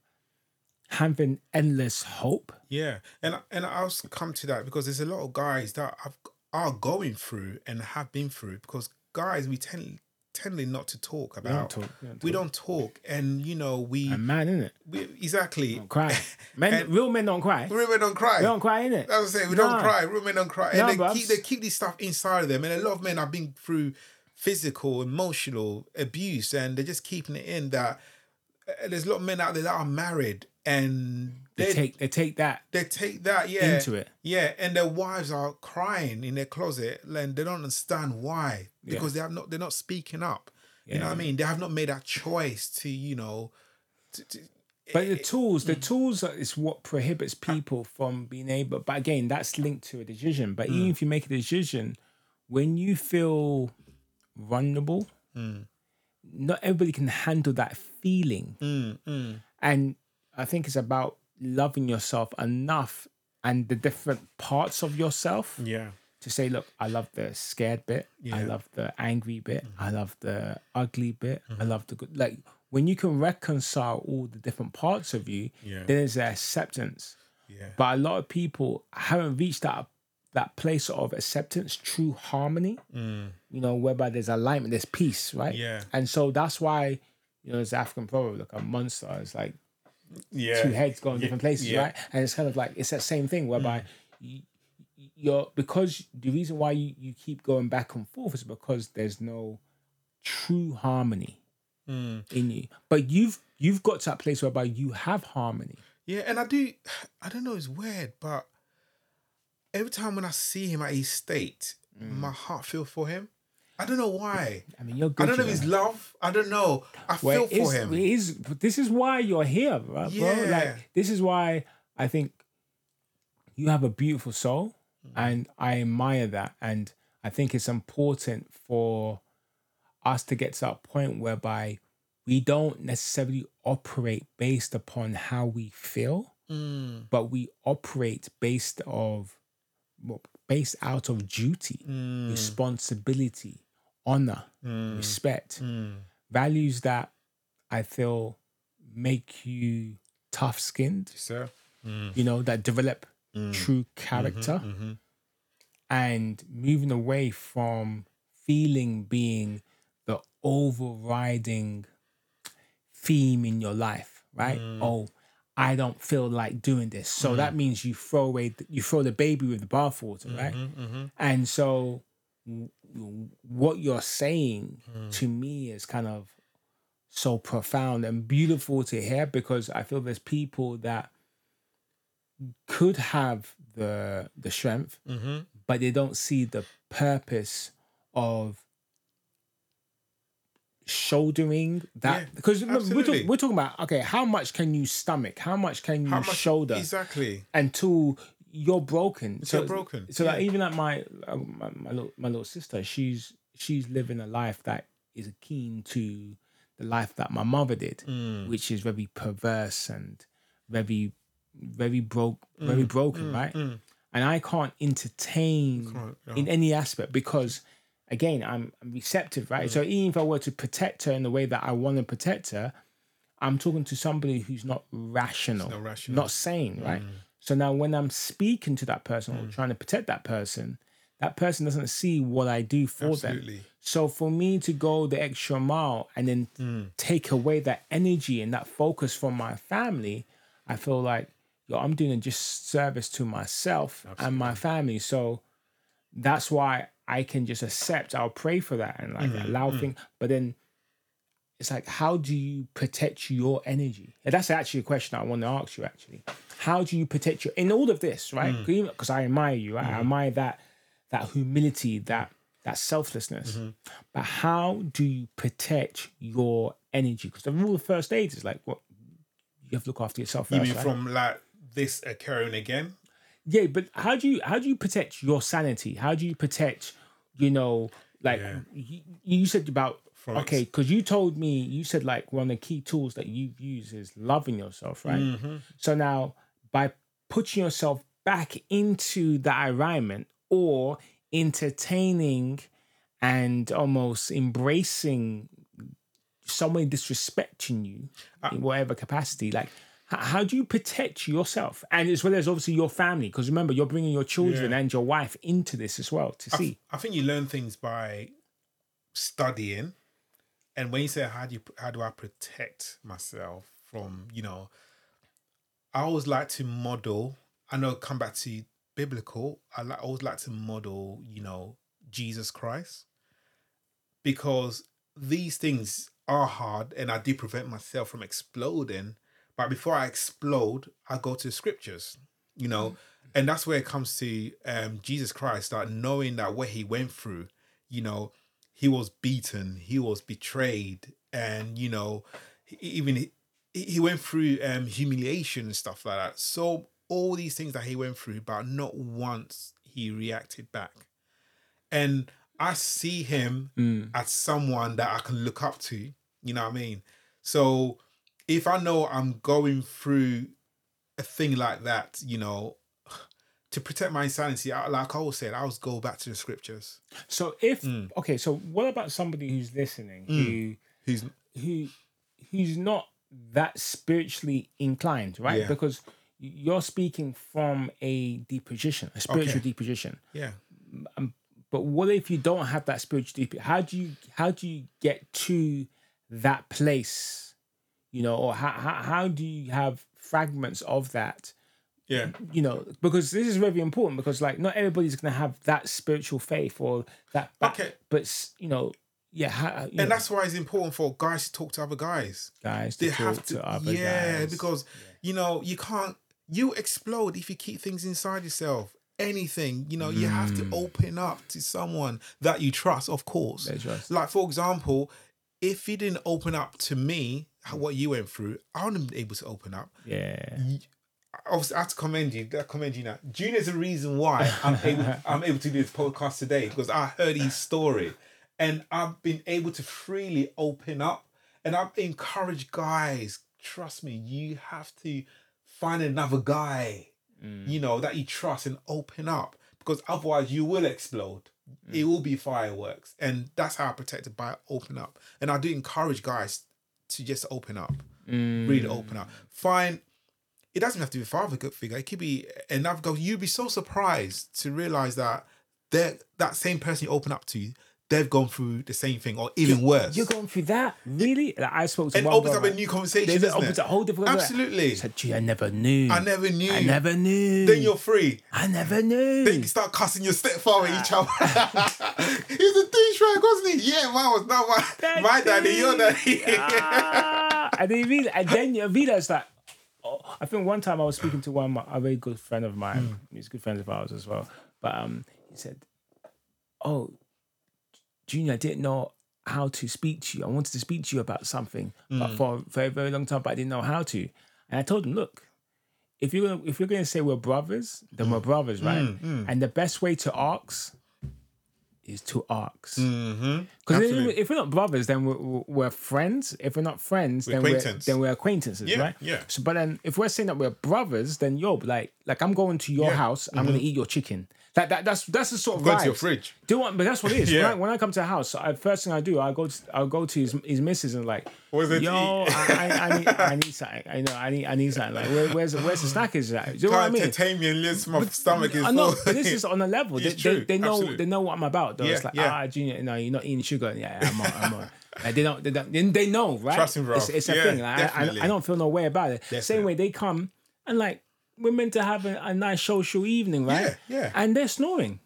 [SPEAKER 1] having endless hope
[SPEAKER 2] yeah and and i'll s- come to that because there's a lot of guys that I've, are going through and have been through because guys we tend tending not to talk about
[SPEAKER 1] talk, we don't
[SPEAKER 2] we don't talk and you know we,
[SPEAKER 1] a man in it
[SPEAKER 2] we exactly
[SPEAKER 1] cry men
[SPEAKER 2] And-
[SPEAKER 1] real men don't cry they
[SPEAKER 2] women don't cry
[SPEAKER 1] Oh. don't cry in it
[SPEAKER 2] That's what I'm saying. We
[SPEAKER 1] Nah.
[SPEAKER 2] don't cry. Real men don't cry.
[SPEAKER 1] Nah,
[SPEAKER 2] And
[SPEAKER 1] bruv.
[SPEAKER 2] they keep, they keep this stuff inside of them. And a lot of men have been through physical, emotional abuse, and they're just keeping it in that. and there's a lot of men out there that are married, and
[SPEAKER 1] they
[SPEAKER 2] they
[SPEAKER 1] take they take that
[SPEAKER 2] they take that yeah
[SPEAKER 1] Into it.
[SPEAKER 2] yeah, and their wives are crying in their closet, and they don't understand why because they have not they're not speaking up. You know what I mean? They have not made that choice to you know. To, to,
[SPEAKER 1] But the tools,
[SPEAKER 2] mm.
[SPEAKER 1] the tools are- is what prohibits
[SPEAKER 2] Uh.
[SPEAKER 1] people from being able. But again, that's linked to a decision.
[SPEAKER 2] Mm.
[SPEAKER 1] But even if you make a decision, when you feel vulnerable, not everybody can handle that feeling.
[SPEAKER 2] Mm, mm.
[SPEAKER 1] And I think it's about loving yourself enough and the different parts of yourself
[SPEAKER 2] Yeah,
[SPEAKER 1] to say, look, I love the scared bit. I
[SPEAKER 2] Yeah. Mm-hmm.
[SPEAKER 1] love the angry bit. I love the ugly bit. I love the good. Like when you can reconcile all the different parts of you,
[SPEAKER 2] Yeah.
[SPEAKER 1] then there's the acceptance.
[SPEAKER 2] yeah,
[SPEAKER 1] But a lot of people haven't reached that that place of acceptance, true harmony. You know, whereby there's alignment, there's peace, right?
[SPEAKER 2] Mm, Yeah.
[SPEAKER 1] And so that's why you know there's an African proverb, like a monster is like
[SPEAKER 2] yeah.
[SPEAKER 1] two heads going different places,
[SPEAKER 2] yeah. Mm.
[SPEAKER 1] right? And it's kind of like it's that same thing whereby you, you're because the reason why you, you keep going back and forth is because there's no true harmony
[SPEAKER 2] Mm.
[SPEAKER 1] in you. But you've you've got to that place whereby you have harmony.
[SPEAKER 2] Yeah, and I do. I don't know. It's weird, but every time when I see him at his state, my heart feels for him. I don't know why.
[SPEAKER 1] I mean, you're
[SPEAKER 2] I
[SPEAKER 1] good.
[SPEAKER 2] don't know if
[SPEAKER 1] you
[SPEAKER 2] it's
[SPEAKER 1] know.
[SPEAKER 2] love. I don't know. I
[SPEAKER 1] Well,
[SPEAKER 2] feel
[SPEAKER 1] it's-
[SPEAKER 2] for him.
[SPEAKER 1] it is- this is why you're here, bro. bro.
[SPEAKER 2] Yeah.
[SPEAKER 1] Like this is why I think you have a beautiful soul,
[SPEAKER 2] Mm.
[SPEAKER 1] and I admire that. And I think it's important for us to get to that point whereby we don't necessarily operate based upon how we feel,
[SPEAKER 2] Mm,
[SPEAKER 1] but we operate based of well, based out of duty,
[SPEAKER 2] mm,
[SPEAKER 1] responsibility, honor,
[SPEAKER 2] mm,
[SPEAKER 1] respect
[SPEAKER 2] mm.
[SPEAKER 1] values that I feel make you tough skinned,
[SPEAKER 2] Sir. Mm,
[SPEAKER 1] you know, that develop true character
[SPEAKER 2] mhm.
[SPEAKER 1] and moving away from feeling being the overriding theme in your life, right? Oh, I don't feel like doing this. So that means you throw away, th- you throw the baby with the bathwater, right?
[SPEAKER 2] mm-hmm,
[SPEAKER 1] And so w- w- what you're saying
[SPEAKER 2] Hmm.
[SPEAKER 1] to me is kind of so profound and beautiful to hear because I feel there's people that could have the the strength
[SPEAKER 2] Mhm.
[SPEAKER 1] but they don't see the purpose of shouldering that
[SPEAKER 2] Yeah,
[SPEAKER 1] because remember, we're,
[SPEAKER 2] absolutely.
[SPEAKER 1] talk, we're talking about okay how much can you stomach how much can you
[SPEAKER 2] How much-
[SPEAKER 1] shoulder
[SPEAKER 2] Exactly.
[SPEAKER 1] until you're broken.
[SPEAKER 2] you're broken,
[SPEAKER 1] So like
[SPEAKER 2] yeah.
[SPEAKER 1] even at my, uh, my my little my little sister, she's she's living a life that is akin to the life that my mother did,
[SPEAKER 2] Mm,
[SPEAKER 1] which is very perverse and very very broke
[SPEAKER 2] Mm.
[SPEAKER 1] very broken, right? And I can't entertain
[SPEAKER 2] Can't, no.
[SPEAKER 1] in any aspect because again I'm, I'm receptive, right?
[SPEAKER 2] Mm.
[SPEAKER 1] So even if I were to protect her in the way that I want to protect her, I'm talking to somebody who's not rational,
[SPEAKER 2] not rational.
[SPEAKER 1] not sane, right? So now when I'm speaking to that person or trying to protect that person, that person doesn't see what I do for them.
[SPEAKER 2] Absolutely.
[SPEAKER 1] So for me to go the extra mile and then take away that energy and that focus from my family, I feel like yo, I'm doing a just service to myself and my family. So that's why I can just accept. I'll pray for that and like
[SPEAKER 2] Mm-hmm,
[SPEAKER 1] allow
[SPEAKER 2] mm.
[SPEAKER 1] things. But then it's like, how do you protect your energy? And that's actually a question I want to ask you. Actually, how do you protect your in all of this, right?
[SPEAKER 2] Mm.
[SPEAKER 1] Because I admire you.
[SPEAKER 2] Mm-hmm.
[SPEAKER 1] Right? I admire that that humility, that that selflessness.
[SPEAKER 2] Mm-hmm.
[SPEAKER 1] But how do you protect your energy? Because the rule of first aid is like what you have to look after yourself.
[SPEAKER 2] You
[SPEAKER 1] first,
[SPEAKER 2] mean
[SPEAKER 1] right?
[SPEAKER 2] from like this occurring again?
[SPEAKER 1] Yeah, but how do you how do you protect your sanity? How do you protect, you know, like
[SPEAKER 2] Yeah.
[SPEAKER 1] you, you said about
[SPEAKER 2] From
[SPEAKER 1] okay,
[SPEAKER 2] ex-
[SPEAKER 1] because you told me you said like one of the key tools that you use is loving yourself, right?
[SPEAKER 2] Mm-hmm.
[SPEAKER 1] So now by putting yourself back into that alignment or entertaining and almost embracing someone disrespecting you
[SPEAKER 2] Uh,
[SPEAKER 1] in whatever capacity, like h- how do you protect yourself and as well as obviously your family? Because remember, you're bringing your children
[SPEAKER 2] Yeah.
[SPEAKER 1] and your wife into this as well to see.
[SPEAKER 2] I think you learn things by studying, and when you say how do you how do I protect myself from you know, I always like to model. I know come back to biblical. I like always like to model you know Jesus Christ because these things are hard, and I do prevent myself from exploding. But before I explode, I go to scriptures. You know and that's where it comes to um, Jesus Christ, like knowing that what he went through, you know, he was beaten, he was betrayed, and you know, he- even he, he went through um, humiliation and stuff like that. So all these things that he went through, but not once he reacted back. And I see him
[SPEAKER 1] Mm.
[SPEAKER 2] as someone that I can look up to. You know what I mean? So if I know I'm going through a thing like that, you know, to protect my insanity, I, like I always said, I always go back to the scriptures.
[SPEAKER 1] So if
[SPEAKER 2] Mm.
[SPEAKER 1] okay, so what about somebody who's listening who
[SPEAKER 2] Who's
[SPEAKER 1] who who's not that spiritually inclined, right?
[SPEAKER 2] Yeah.
[SPEAKER 1] Because you're speaking from a deep position, a spiritual
[SPEAKER 2] Okay.
[SPEAKER 1] deep position.
[SPEAKER 2] yeah,
[SPEAKER 1] But what if you don't have that spiritual deep? How do you how do you get to that place? You know, or how how, how do you have fragments of that?
[SPEAKER 2] yeah,
[SPEAKER 1] You know, because this is very important because like not everybody's gonna have that spiritual faith or that. But,
[SPEAKER 2] Okay.
[SPEAKER 1] but s- you know, yeah, how, you know,
[SPEAKER 2] and that's why it's important for guys to talk to other guys.
[SPEAKER 1] guys
[SPEAKER 2] They
[SPEAKER 1] to talk
[SPEAKER 2] have
[SPEAKER 1] to,
[SPEAKER 2] to,
[SPEAKER 1] other
[SPEAKER 2] yeah,
[SPEAKER 1] guys.
[SPEAKER 2] because you know you can't you explode if you keep things inside yourself. anything. You know, you have
[SPEAKER 1] Mm.
[SPEAKER 2] to open up to someone that you trust, of course.
[SPEAKER 1] That's right.
[SPEAKER 2] Like for example, if you didn't open up to me, how- what you went through, I wouldn't be able to open up.
[SPEAKER 1] Yeah.
[SPEAKER 2] Obviously, I have to commend you. I commend you now. June is the reason why I'm able I'm able to do this podcast today because I heard his story, and I've been able to freely open up, and I've encouraged guys. Trust me, you have to find another guy you know, that you trust and open up because otherwise you will explode. It will be fireworks. And that's how I protect it by open up. And I do encourage guys to just open up, really
[SPEAKER 1] Mm.
[SPEAKER 2] open up. Find it doesn't have to be a father good figure. It could be another girl. You'd be so surprised to realize that they that same person you open up to, they've gone through the same thing or even worse.
[SPEAKER 1] You're going through that? Really? Like, I spoke to
[SPEAKER 2] and
[SPEAKER 1] one
[SPEAKER 2] opens
[SPEAKER 1] girl,
[SPEAKER 2] up a
[SPEAKER 1] like,
[SPEAKER 2] new conversation.
[SPEAKER 1] it
[SPEAKER 2] doesn't
[SPEAKER 1] opens
[SPEAKER 2] it?
[SPEAKER 1] a whole different
[SPEAKER 2] Absolutely.
[SPEAKER 1] Said, gee, I never knew.
[SPEAKER 2] I never knew.
[SPEAKER 1] I never knew. Mm.
[SPEAKER 2] Then you're free.
[SPEAKER 1] I never knew.
[SPEAKER 2] You start cussing your stepfather at each
[SPEAKER 1] Ah.
[SPEAKER 2] other. He's a douchebag, wasn't he? Yeah, mine was not my, my daddy, your daddy.
[SPEAKER 1] Ah, and then you realize, and then you realize that. oh, I think one time I was speaking to one of my, a very good friend of mine. He's good friends of ours as well. But um, he said, "Oh, Junior, I didn't know how to speak to you. I wanted to speak to you about something, but for a very very long time, but I didn't know how to." And I told him, "Look, if you're gonna, if you're gonna say we're brothers, then we're brothers, right? And the best way to ask is to ask."
[SPEAKER 2] mm-hmm.
[SPEAKER 1] Because
[SPEAKER 2] Absolutely.
[SPEAKER 1] if we're not brothers, then we're, we're friends. If we're not friends, then we're
[SPEAKER 2] acquaintance.
[SPEAKER 1] then we're acquaintances,
[SPEAKER 2] Yeah,
[SPEAKER 1] right?
[SPEAKER 2] yeah.
[SPEAKER 1] So, but then if we're saying that we're brothers, then yo, like, like I'm going to your
[SPEAKER 2] Yeah. Mm-hmm.
[SPEAKER 1] house, I'm gonna eat your chicken. That, that that's that's the sort of
[SPEAKER 2] Go to your
[SPEAKER 1] vibes.
[SPEAKER 2] fridge.
[SPEAKER 1] Do you want? But that's what it is.
[SPEAKER 2] Yeah.
[SPEAKER 1] when, I, when I come to the house, I, first thing I do, I go to, I'll go to his, his missus and like,
[SPEAKER 2] What is there to
[SPEAKER 1] yo,
[SPEAKER 2] eat?"
[SPEAKER 1] I, I, I need I need something. I know I need I need something. Like, where, where's the- where's the snack is that? Do you know what I
[SPEAKER 2] Can't
[SPEAKER 1] mean?
[SPEAKER 2] entertain me unless my stomach is
[SPEAKER 1] I know,
[SPEAKER 2] full.
[SPEAKER 1] Uh, but this is on a level. They,
[SPEAKER 2] It's
[SPEAKER 1] they,
[SPEAKER 2] true,
[SPEAKER 1] they know
[SPEAKER 2] absolutely.
[SPEAKER 1] they know what I'm about. Though it's
[SPEAKER 2] Yeah,
[SPEAKER 1] like
[SPEAKER 2] yeah.
[SPEAKER 1] ah, junior, no, you're not eating sugar. Yeah, I'm on. I'm on. Like, they don't. They don't. They, they know, right?
[SPEAKER 2] Trust me, bro.
[SPEAKER 1] It's, it's a
[SPEAKER 2] Yeah,
[SPEAKER 1] thing. Like, I,
[SPEAKER 2] definitely.
[SPEAKER 1] I, I don't feel no way about it. Same
[SPEAKER 2] Definitely.
[SPEAKER 1] way they come and like we're meant to have a, a nice social evening, right?
[SPEAKER 2] Yeah, yeah.
[SPEAKER 1] And they're snoring.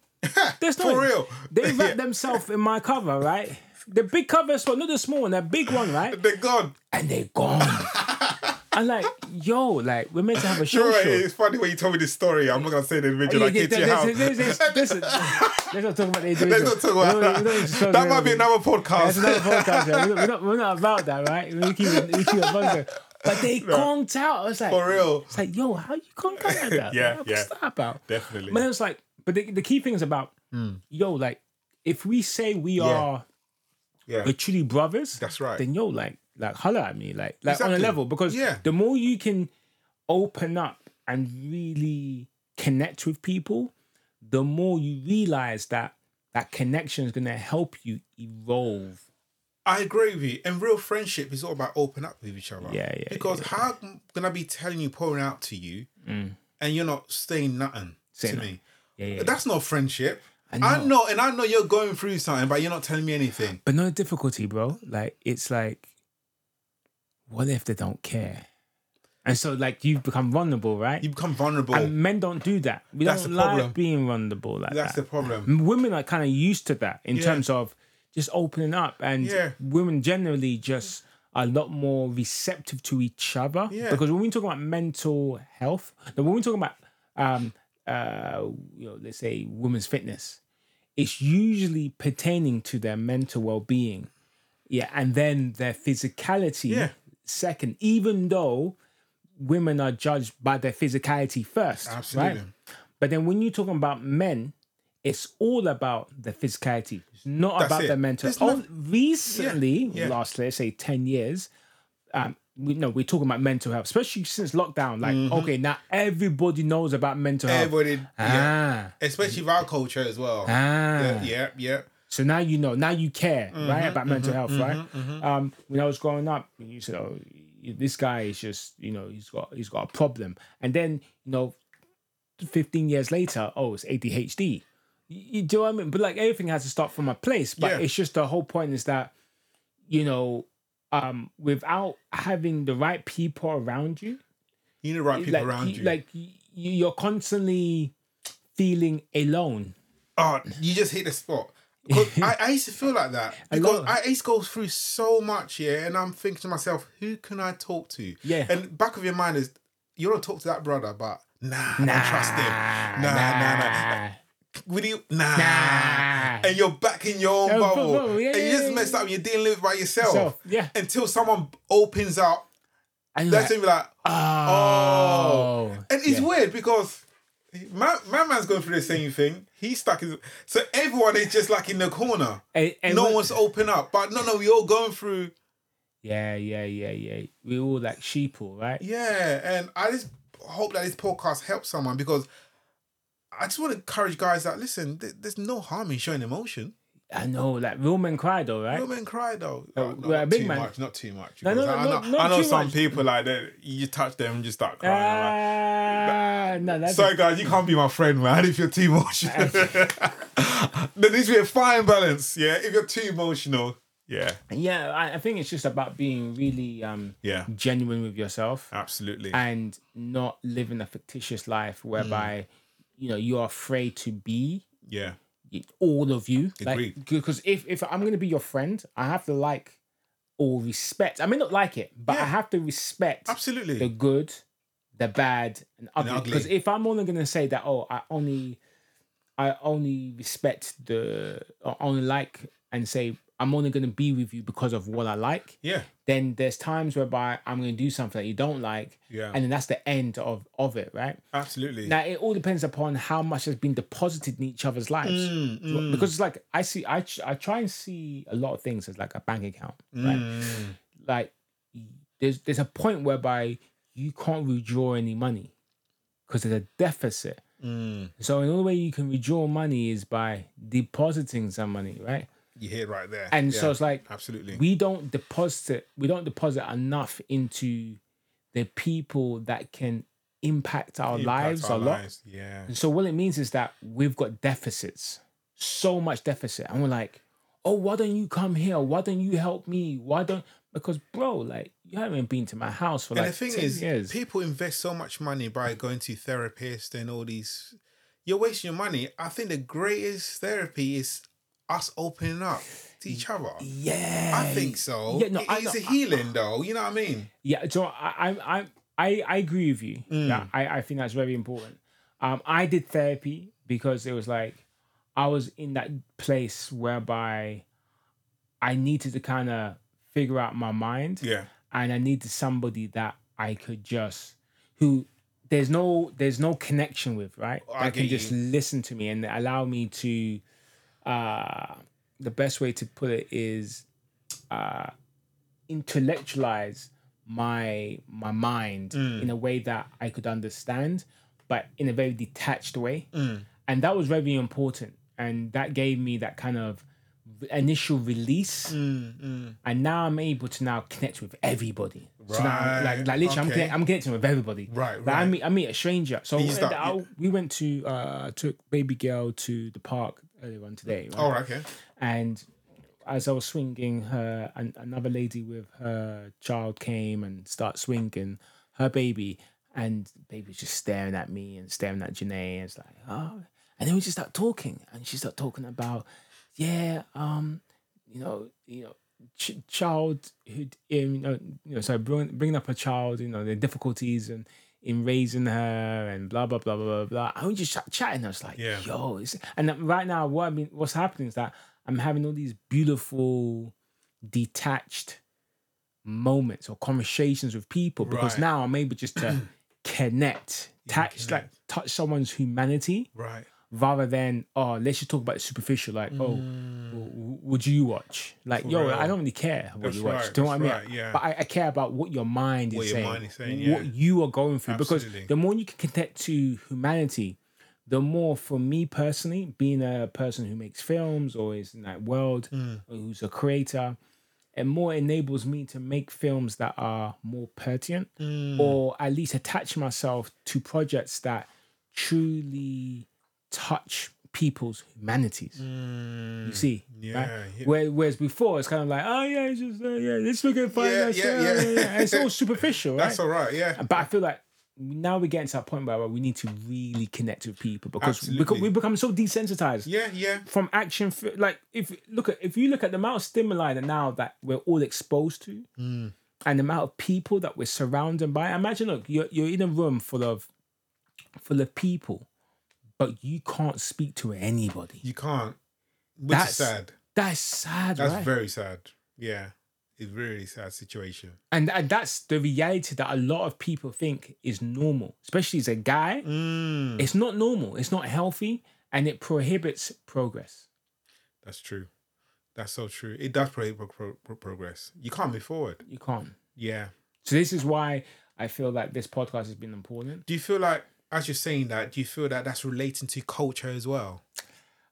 [SPEAKER 1] They're snoring.
[SPEAKER 2] real.
[SPEAKER 1] They wrap
[SPEAKER 2] Yeah.
[SPEAKER 1] themselves in my cover, right? The big cover, so not the small one, the big one, right?
[SPEAKER 2] They're gone.
[SPEAKER 1] And they're gone. I'm like, yo, like we're meant to have a
[SPEAKER 2] You're
[SPEAKER 1] social.
[SPEAKER 2] right. It's funny when you told me this story. I'm not going to say the individual. I
[SPEAKER 1] Yeah,
[SPEAKER 2] came to your
[SPEAKER 1] yeah,
[SPEAKER 2] house.
[SPEAKER 1] this- this- this- this- Let's not talk about the individual.
[SPEAKER 2] Let's not talk about
[SPEAKER 1] We don't- we don't need to talk
[SPEAKER 2] that. That
[SPEAKER 1] about
[SPEAKER 2] might be
[SPEAKER 1] the-
[SPEAKER 2] another
[SPEAKER 1] That's
[SPEAKER 2] podcast.
[SPEAKER 1] another podcast. yeah. We're not- We're not, we're not about that, right? We keep it, we keep it buzzing. But they conked out. I was like,
[SPEAKER 2] For real.
[SPEAKER 1] It's like, yo, how you conk out like that?
[SPEAKER 2] Yeah,
[SPEAKER 1] Like,
[SPEAKER 2] yeah.
[SPEAKER 1] What's that about?
[SPEAKER 2] Definitely.
[SPEAKER 1] But it was like, but the, the key thing is about, yo, like, if we say we are
[SPEAKER 2] Yeah.
[SPEAKER 1] we're truly brothers,
[SPEAKER 2] That's right.
[SPEAKER 1] Then yo, like, like holler at me, like, like on
[SPEAKER 2] Exactly.
[SPEAKER 1] a level, because
[SPEAKER 2] Yeah.
[SPEAKER 1] the more you can open up and really connect with people, the more you realize that that connection is gonna help you evolve.
[SPEAKER 2] I agree with you. And real friendship is all about open up with each other.
[SPEAKER 1] Yeah, yeah,
[SPEAKER 2] Because how can I be telling you, pouring out to you, and you're not saying nothing
[SPEAKER 1] Saying
[SPEAKER 2] to
[SPEAKER 1] nothing.
[SPEAKER 2] me?
[SPEAKER 1] Yeah, yeah.
[SPEAKER 2] That's not friendship. I know.
[SPEAKER 1] know.
[SPEAKER 2] and I know you're going through something, but you're not telling me anything.
[SPEAKER 1] But no difficulty, bro. Like it's like, what if they don't care? And so like you become vulnerable, right?
[SPEAKER 2] You become vulnerable.
[SPEAKER 1] and men don't do that. We
[SPEAKER 2] That's
[SPEAKER 1] don't
[SPEAKER 2] the problem.
[SPEAKER 1] like being vulnerable like
[SPEAKER 2] That's
[SPEAKER 1] that.
[SPEAKER 2] the problem.
[SPEAKER 1] M- women are kind of used to that in terms of just opening up and
[SPEAKER 2] Yeah.
[SPEAKER 1] women generally just are a lot more receptive to each other
[SPEAKER 2] Yeah.
[SPEAKER 1] because when we talk about mental health then when we talk about um uh you know let's say women's fitness it's usually pertaining to their mental well-being yeah and then their physicality
[SPEAKER 2] Yeah.
[SPEAKER 1] second even though women are judged by their physicality first
[SPEAKER 2] Absolutely.
[SPEAKER 1] right but then when you're talking about men, it's all about the physicality, It's not about
[SPEAKER 2] it.
[SPEAKER 1] the mental.
[SPEAKER 2] There's
[SPEAKER 1] Oh,
[SPEAKER 2] no-
[SPEAKER 1] recently,
[SPEAKER 2] yeah.
[SPEAKER 1] last let's say ten years, um, we know we're talking about mental health, especially since lockdown. Like,
[SPEAKER 2] Mm-hmm.
[SPEAKER 1] okay, now everybody knows about mental health.
[SPEAKER 2] Everybody, yeah.
[SPEAKER 1] Ah,
[SPEAKER 2] especially with our culture as well.
[SPEAKER 1] ah.
[SPEAKER 2] Yeah, yeah, yeah.
[SPEAKER 1] So now you know, now you care, right,
[SPEAKER 2] Mm-hmm,
[SPEAKER 1] about mental health, right? Um, when I was growing up, you said, "Oh, this guy is just, you know, he's got he's got a problem," and then you know, fifteen years later, oh, it's ADHD. You, you do what I mean? But like everything has to start from a place. But
[SPEAKER 2] Yeah.
[SPEAKER 1] it's just the whole point is that, you know, um, without having the right people around you,
[SPEAKER 2] You need the right people
[SPEAKER 1] like
[SPEAKER 2] around
[SPEAKER 1] you,
[SPEAKER 2] you.
[SPEAKER 1] like you, you're constantly feeling alone.
[SPEAKER 2] oh, you just hit the spot. 'Cause I, I used to feel like that because
[SPEAKER 1] lot.
[SPEAKER 2] I, I used to go through so much here, and I'm thinking to myself, who can I talk to?
[SPEAKER 1] Yeah.
[SPEAKER 2] And back of your mind is, you don't talk to that brother, but nah, I don't trust him. Nah, nah, nah. Would you? Nah.
[SPEAKER 1] Nah.
[SPEAKER 2] And you're back in your own
[SPEAKER 1] Your own
[SPEAKER 2] bubble.
[SPEAKER 1] bubble, yeah,
[SPEAKER 2] and you
[SPEAKER 1] yeah,
[SPEAKER 2] just
[SPEAKER 1] yeah,
[SPEAKER 2] messed up. You're dealing with it by yourself.
[SPEAKER 1] So, yeah.
[SPEAKER 2] Until someone opens up.
[SPEAKER 1] And you're
[SPEAKER 2] That's
[SPEAKER 1] like,
[SPEAKER 2] when you're like,
[SPEAKER 1] oh.
[SPEAKER 2] and it's
[SPEAKER 1] Yeah.
[SPEAKER 2] weird because my, my man's going through the same thing. He's stuck in. So everyone is just like in the corner.
[SPEAKER 1] And- and
[SPEAKER 2] no
[SPEAKER 1] when-
[SPEAKER 2] one's open up. But no, no, we all going through.
[SPEAKER 1] Yeah, yeah, yeah, yeah. We're all like sheeple, right?
[SPEAKER 2] Yeah, and I just hope that this podcast helps someone because I just want to encourage guys that listen. Th- there's no harm in showing emotion.
[SPEAKER 1] I know, like real men cry though, right?
[SPEAKER 2] Women cry though.
[SPEAKER 1] Uh,
[SPEAKER 2] No,
[SPEAKER 1] well, a
[SPEAKER 2] not
[SPEAKER 1] big
[SPEAKER 2] too
[SPEAKER 1] man-
[SPEAKER 2] much. Not too much.
[SPEAKER 1] No, no,
[SPEAKER 2] because I,
[SPEAKER 1] no,
[SPEAKER 2] know,
[SPEAKER 1] not- not
[SPEAKER 2] I know
[SPEAKER 1] too
[SPEAKER 2] some
[SPEAKER 1] much.
[SPEAKER 2] people like that. You touch them and you start crying. I'm like,
[SPEAKER 1] Ah, no, that's
[SPEAKER 2] Sorry, guys, you can't be my friend, man. If you're too emotional, there needs to be a fine balance. Yeah, if you're too emotional, yeah,
[SPEAKER 1] yeah. I, I think it's just about being really um
[SPEAKER 2] yeah,
[SPEAKER 1] genuine with yourself
[SPEAKER 2] Ah. absolutely.
[SPEAKER 1] and not living a fictitious life
[SPEAKER 2] Mm.
[SPEAKER 1] whereby you know you're afraid to be
[SPEAKER 2] Yeah,
[SPEAKER 1] all of you.
[SPEAKER 2] Agreed.
[SPEAKER 1] Because if if I'm gonna be your friend, I have to like or respect. I may not like it, but I
[SPEAKER 2] Yeah.
[SPEAKER 1] have to respect
[SPEAKER 2] absolutely.
[SPEAKER 1] the good, the bad, and ugly.
[SPEAKER 2] ugly.
[SPEAKER 1] Because if I'm only gonna say that, oh, I only, I only respect the, I only like, and say I'm only gonna be with you because of what I like.
[SPEAKER 2] yeah,
[SPEAKER 1] Then there's times whereby I'm gonna do something that you don't like,
[SPEAKER 2] yeah,
[SPEAKER 1] and then that's the end of of it, right?
[SPEAKER 2] absolutely.
[SPEAKER 1] Now it all depends upon how much has been deposited in each other's lives.
[SPEAKER 2] Mm, mm,
[SPEAKER 1] Because it's like I see, I tr- I try and see a lot of things as like a bank account, right?
[SPEAKER 2] mm.
[SPEAKER 1] like there's there's a point whereby you can't withdraw any money because there's a deficit.
[SPEAKER 2] Mm.
[SPEAKER 1] So the only way you can withdraw money is by depositing some money, right?
[SPEAKER 2] You hear right there,
[SPEAKER 1] And
[SPEAKER 2] Yeah,
[SPEAKER 1] so it's like
[SPEAKER 2] absolutely.
[SPEAKER 1] we don't deposit we don't deposit enough into the people that can impact our
[SPEAKER 2] Impact
[SPEAKER 1] lives
[SPEAKER 2] our
[SPEAKER 1] a lot.
[SPEAKER 2] lives, Yeah,
[SPEAKER 1] And so what it means is that we've got deficits, so much deficit, and we're like, oh, why don't you come here? Why don't you help me? Why don't? Because bro, like you haven't been to my house for
[SPEAKER 2] and
[SPEAKER 1] like
[SPEAKER 2] the thing
[SPEAKER 1] 10
[SPEAKER 2] is,
[SPEAKER 1] years.
[SPEAKER 2] people invest so much money by going to therapists and all these. You're wasting your money. I think the greatest therapy is us opening up to each other.
[SPEAKER 1] yeah,
[SPEAKER 2] I think so.
[SPEAKER 1] Yeah, no, I
[SPEAKER 2] it's
[SPEAKER 1] know.
[SPEAKER 2] a healing, though. You know what I mean?
[SPEAKER 1] Yeah, so I I I I, I agree with you.
[SPEAKER 2] Mm.
[SPEAKER 1] Yeah, I I think that's very important. Um, I did therapy because it was like I was in that place whereby I needed to kind of figure out my mind.
[SPEAKER 2] Yeah,
[SPEAKER 1] and I needed somebody that I could just who there's no there's no connection with, right?
[SPEAKER 2] I
[SPEAKER 1] that can
[SPEAKER 2] get
[SPEAKER 1] just listen to me and allow me to uh the best way to put it is uh intellectualize my my mind in a way that I could understand, but in a very detached way.
[SPEAKER 2] Mm,
[SPEAKER 1] And that was very important. And that gave me that kind of initial release
[SPEAKER 2] mm,
[SPEAKER 1] and now I'm able to now connect with everybody. So now, like, like
[SPEAKER 2] Right,
[SPEAKER 1] literally, I'm,
[SPEAKER 2] okay.
[SPEAKER 1] connect, I'm connecting with everybody.
[SPEAKER 2] Right,
[SPEAKER 1] Like, I
[SPEAKER 2] right.
[SPEAKER 1] meet, I meet a stranger. So
[SPEAKER 2] you start-
[SPEAKER 1] I- we went to, uh, took baby girl to the park earlier on today, right?
[SPEAKER 2] All Oh, right. Okay.
[SPEAKER 1] and as I was swinging her, an, another lady with her child came and started swinging her baby, and baby was just staring at me and staring at Janae, and it's like, oh, and then we just start talking, and she started talking about, yeah, um, you know, you know. Ch- child who you know, you know so bring, bringing up a child you know the difficulties and in raising her and blah blah blah blah blah blah i was just ch- chatting i was like
[SPEAKER 2] Yeah.
[SPEAKER 1] yo it's, and then right now what i mean what's happening is that i'm having all these beautiful detached moments or conversations with people because
[SPEAKER 2] Right.
[SPEAKER 1] now i'm able just to connect touch like touch someone's humanity
[SPEAKER 2] Right.
[SPEAKER 1] rather than oh let's just talk about the superficial like oh w- w- would you watch like yo
[SPEAKER 2] Mm. real.
[SPEAKER 1] I don't really care what
[SPEAKER 2] That's
[SPEAKER 1] you watch
[SPEAKER 2] right,
[SPEAKER 1] do you know what
[SPEAKER 2] that's
[SPEAKER 1] I mean
[SPEAKER 2] right, yeah.
[SPEAKER 1] but I, I care about what your mind is
[SPEAKER 2] What your
[SPEAKER 1] saying
[SPEAKER 2] mind is saying,
[SPEAKER 1] what
[SPEAKER 2] yeah.
[SPEAKER 1] you are going through
[SPEAKER 2] Absolutely.
[SPEAKER 1] because the more you can connect to humanity the more for me personally being a person who makes films or is in that world
[SPEAKER 2] Hmm.
[SPEAKER 1] or who's a creator it more enables me to make films that are more pertinent
[SPEAKER 2] Hmm.
[SPEAKER 1] or at least attach myself to projects that truly touch people's humanities. You see?
[SPEAKER 2] Mm, Yeah, Hmm. yeah.
[SPEAKER 1] Where, whereas before, it's kind of like, oh, yeah, it's just, uh, yeah, let's look at fine.
[SPEAKER 2] Yeah,
[SPEAKER 1] let's,
[SPEAKER 2] yeah,
[SPEAKER 1] uh,
[SPEAKER 2] yeah.
[SPEAKER 1] yeah." It's all superficial, right?
[SPEAKER 2] That's all right. Yeah.
[SPEAKER 1] But I feel like now we're getting to that point where we need to really connect with people because we-
[SPEAKER 2] Absolutely.
[SPEAKER 1] we become so desensitized
[SPEAKER 2] Yeah. Yeah.
[SPEAKER 1] from action fi- like if look at if you look at the amount of stimuli that now that we're all exposed to
[SPEAKER 2] Mm.
[SPEAKER 1] and the amount of people that we're surrounded by imagine look you're, you're in a room full of full of people, but you can't speak to anybody.
[SPEAKER 2] You can't. Which
[SPEAKER 1] That's-
[SPEAKER 2] is sad.
[SPEAKER 1] That's sad,
[SPEAKER 2] That's
[SPEAKER 1] right?
[SPEAKER 2] very sad. Yeah. It's really sad situation.
[SPEAKER 1] and, and that's the reality that a lot of people think is normal, especially as a guy.
[SPEAKER 2] Mm.
[SPEAKER 1] It's not normal. It's not healthy, and it prohibits progress.
[SPEAKER 2] That's true. That's so true. It does prohibit pro- pro- progress. You can't move forward.
[SPEAKER 1] You can't.
[SPEAKER 2] Yeah.
[SPEAKER 1] So this is why I feel like this podcast has been important.
[SPEAKER 2] Do you feel like, as you're saying that, do you feel that that's relating to culture as well?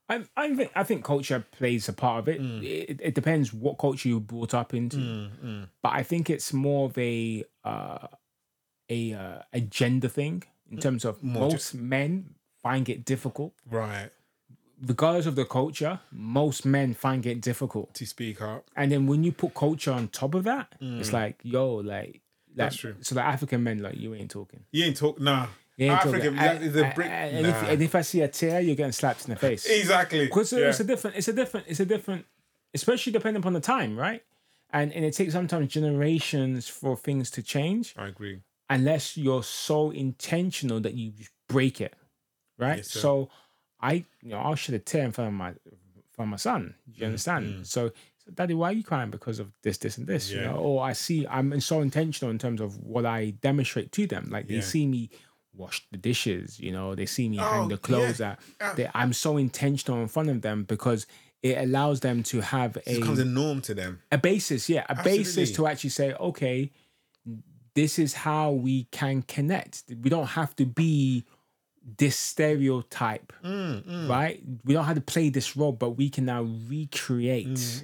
[SPEAKER 1] I I think I think culture plays a part of it.
[SPEAKER 2] Mm.
[SPEAKER 1] It, it depends what culture you were brought up into,
[SPEAKER 2] mm.
[SPEAKER 1] but I think it's more of a uh, a uh, a gender thing in terms of
[SPEAKER 2] More
[SPEAKER 1] most men find it difficult,
[SPEAKER 2] Right.
[SPEAKER 1] regardless of the culture. Most men find it difficult,
[SPEAKER 2] To speak up.
[SPEAKER 1] and then when you put culture on top of that, it's like yo, like. Like,
[SPEAKER 2] Mm. That's true.
[SPEAKER 1] So the African men, like you ain't talking.
[SPEAKER 2] You ain't talk. Nah.
[SPEAKER 1] You ain't
[SPEAKER 2] African.
[SPEAKER 1] talking.
[SPEAKER 2] that
[SPEAKER 1] I-
[SPEAKER 2] is a
[SPEAKER 1] I- I-
[SPEAKER 2] brick.
[SPEAKER 1] and, if,
[SPEAKER 2] nah.
[SPEAKER 1] and if I see a tear, you're getting slapped in the face.
[SPEAKER 2] exactly.
[SPEAKER 1] Because
[SPEAKER 2] Yeah.
[SPEAKER 1] it's a different, it's a different, it's a different, especially depending upon the time, right? And and it takes sometimes generations for things to change,
[SPEAKER 2] I agree.
[SPEAKER 1] unless you're so intentional that you break it, right?
[SPEAKER 2] Yes, sir.
[SPEAKER 1] so, I, you know, I'll shed a tear in front of my, from my son. Do
[SPEAKER 2] Mm,
[SPEAKER 1] you understand? So, so, Daddy, why are you crying because of this, this, and this? You
[SPEAKER 2] Yeah.
[SPEAKER 1] know, or I see I'm so intentional in terms of what I demonstrate to them. Like they
[SPEAKER 2] Yeah.
[SPEAKER 1] see me wash the dishes, you know, they see me
[SPEAKER 2] Oh,
[SPEAKER 1] hang the clothes
[SPEAKER 2] yeah.
[SPEAKER 1] out. They- I'm so intentional in front of them because it allows them to have
[SPEAKER 2] It becomes
[SPEAKER 1] a,
[SPEAKER 2] a norm to them.
[SPEAKER 1] a basis, yeah, a basis
[SPEAKER 2] Absolutely.
[SPEAKER 1] to actually say, okay, this is how we can connect. We don't have to be this stereotype,
[SPEAKER 2] Mm,
[SPEAKER 1] right? We don't have to play this role, but we can now recreate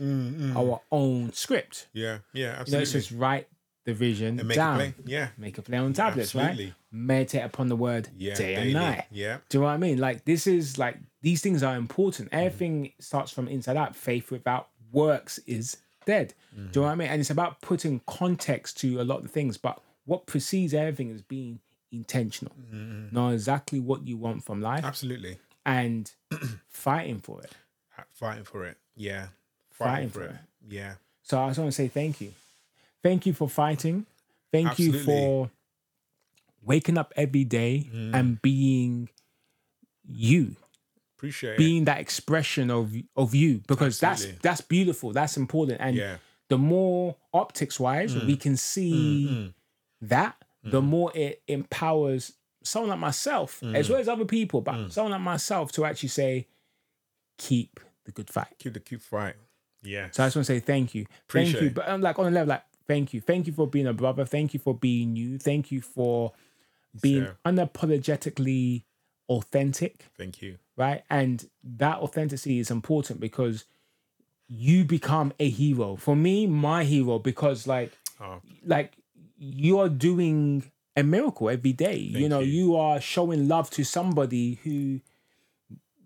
[SPEAKER 1] our own script.
[SPEAKER 2] Yeah. Yeah.
[SPEAKER 1] Oh. You know, it's
[SPEAKER 2] Mm. Absolutely.
[SPEAKER 1] just write the vision
[SPEAKER 2] and make
[SPEAKER 1] down,
[SPEAKER 2] a play. Yeah.
[SPEAKER 1] make a play on tablets,
[SPEAKER 2] Absolutely.
[SPEAKER 1] right? Meditate upon the word
[SPEAKER 2] Yeah.
[SPEAKER 1] day
[SPEAKER 2] daily.
[SPEAKER 1] and night.
[SPEAKER 2] Yeah.
[SPEAKER 1] Do you know what I mean? Like this is like these things are important. Everything starts from inside out. Faith without works is dead. Do you know what I mean? And it's about putting context to a lot of things, but what precedes everything is being intentional. Know exactly what you want from life
[SPEAKER 2] Absolutely.
[SPEAKER 1] and fighting for it.
[SPEAKER 2] Uh, Fighting for it. Yeah.
[SPEAKER 1] Fighting
[SPEAKER 2] Fighting,
[SPEAKER 1] for
[SPEAKER 2] for it. Yeah.
[SPEAKER 1] So I just want to say thank you. Thank you for fighting. Thank you
[SPEAKER 2] Absolutely.
[SPEAKER 1] for waking up every day and being you.
[SPEAKER 2] Appreciate it.
[SPEAKER 1] being that expression of of you because
[SPEAKER 2] Absolutely.
[SPEAKER 1] that's that's beautiful that's important and
[SPEAKER 2] Yeah. Mm.
[SPEAKER 1] the more optics wise we can see that the more it empowers someone like myself
[SPEAKER 2] Mm.
[SPEAKER 1] as well as other people but someone like myself to actually say keep the good fight
[SPEAKER 2] Keep the keep fight. Yeah.
[SPEAKER 1] so i just want to say thank you thank
[SPEAKER 2] Appreciate
[SPEAKER 1] you
[SPEAKER 2] it.
[SPEAKER 1] but um, like on the level like thank you thank you for being a brother thank you for being you thank you for being
[SPEAKER 2] sir.
[SPEAKER 1] unapologetically authentic
[SPEAKER 2] Thank you.
[SPEAKER 1] right? And that authenticity is important because you become a hero. For me, my hero, because like
[SPEAKER 2] Oh,
[SPEAKER 1] like you're doing a miracle every day. you
[SPEAKER 2] Thank
[SPEAKER 1] know,
[SPEAKER 2] you.
[SPEAKER 1] you are showing love to somebody who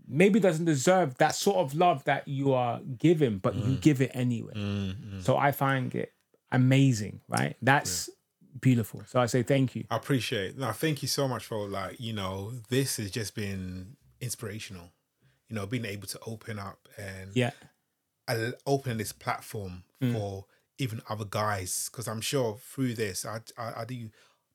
[SPEAKER 1] maybe doesn't deserve that sort of love that you are giving, but
[SPEAKER 2] Mm.
[SPEAKER 1] you give it anyway. So I find it amazing, right? That's beautiful. So I say thank you.
[SPEAKER 2] I appreciate. it. No, thank you so much for like you know this has just been inspirational. You know, being able to open up and
[SPEAKER 1] Yeah.
[SPEAKER 2] al- opening this platform for even other guys because I'm sure through this, I, I I do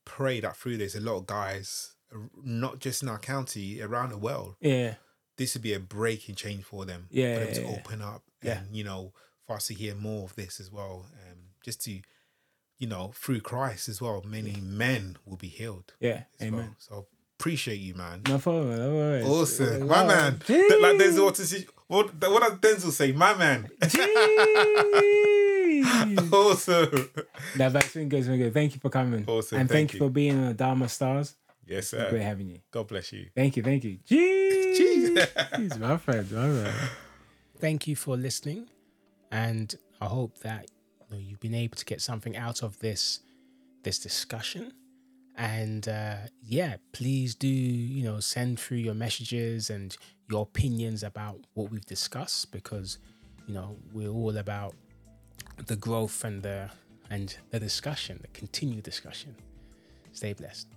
[SPEAKER 2] pray that through this, a lot of guys, ar- not just in our county, around the world,
[SPEAKER 1] Yeah.
[SPEAKER 2] this would be a breaking change for them.
[SPEAKER 1] Yeah,
[SPEAKER 2] for them
[SPEAKER 1] yeah,
[SPEAKER 2] to
[SPEAKER 1] yeah.
[SPEAKER 2] open up
[SPEAKER 1] Yeah.
[SPEAKER 2] and you know for us to hear more of this as well, um, just to you know through Christ as well, many men will be healed.
[SPEAKER 1] Yeah.
[SPEAKER 2] as
[SPEAKER 1] Amen.
[SPEAKER 2] well. So appreciate you, man.
[SPEAKER 1] No problem. No worries.
[SPEAKER 2] Awesome,
[SPEAKER 1] Wow.
[SPEAKER 2] my man. Th- Like Denzel, what, is he, what what does Denzel say? My man.
[SPEAKER 1] Jeez.
[SPEAKER 2] awesome.
[SPEAKER 1] no, but it's been good. It's been good. Thank you for coming.
[SPEAKER 2] Awesome,
[SPEAKER 1] And thank,
[SPEAKER 2] thank
[SPEAKER 1] you
[SPEAKER 2] you.
[SPEAKER 1] for being on the Dharma Stars.
[SPEAKER 2] Yes,
[SPEAKER 1] Great
[SPEAKER 2] sir.
[SPEAKER 1] having you.
[SPEAKER 2] God bless you.
[SPEAKER 1] Thank you. Thank you. Jeez.
[SPEAKER 2] Jeez.
[SPEAKER 1] Jeez, my friend. My friend. Thank you for listening. And I hope that you know, you've been able to get something out of this this discussion. And uh, yeah, please do, you know, send through your messages and your opinions about what we've discussed because, you know, we're all about the growth and the and the discussion, the continued discussion. Stay blessed.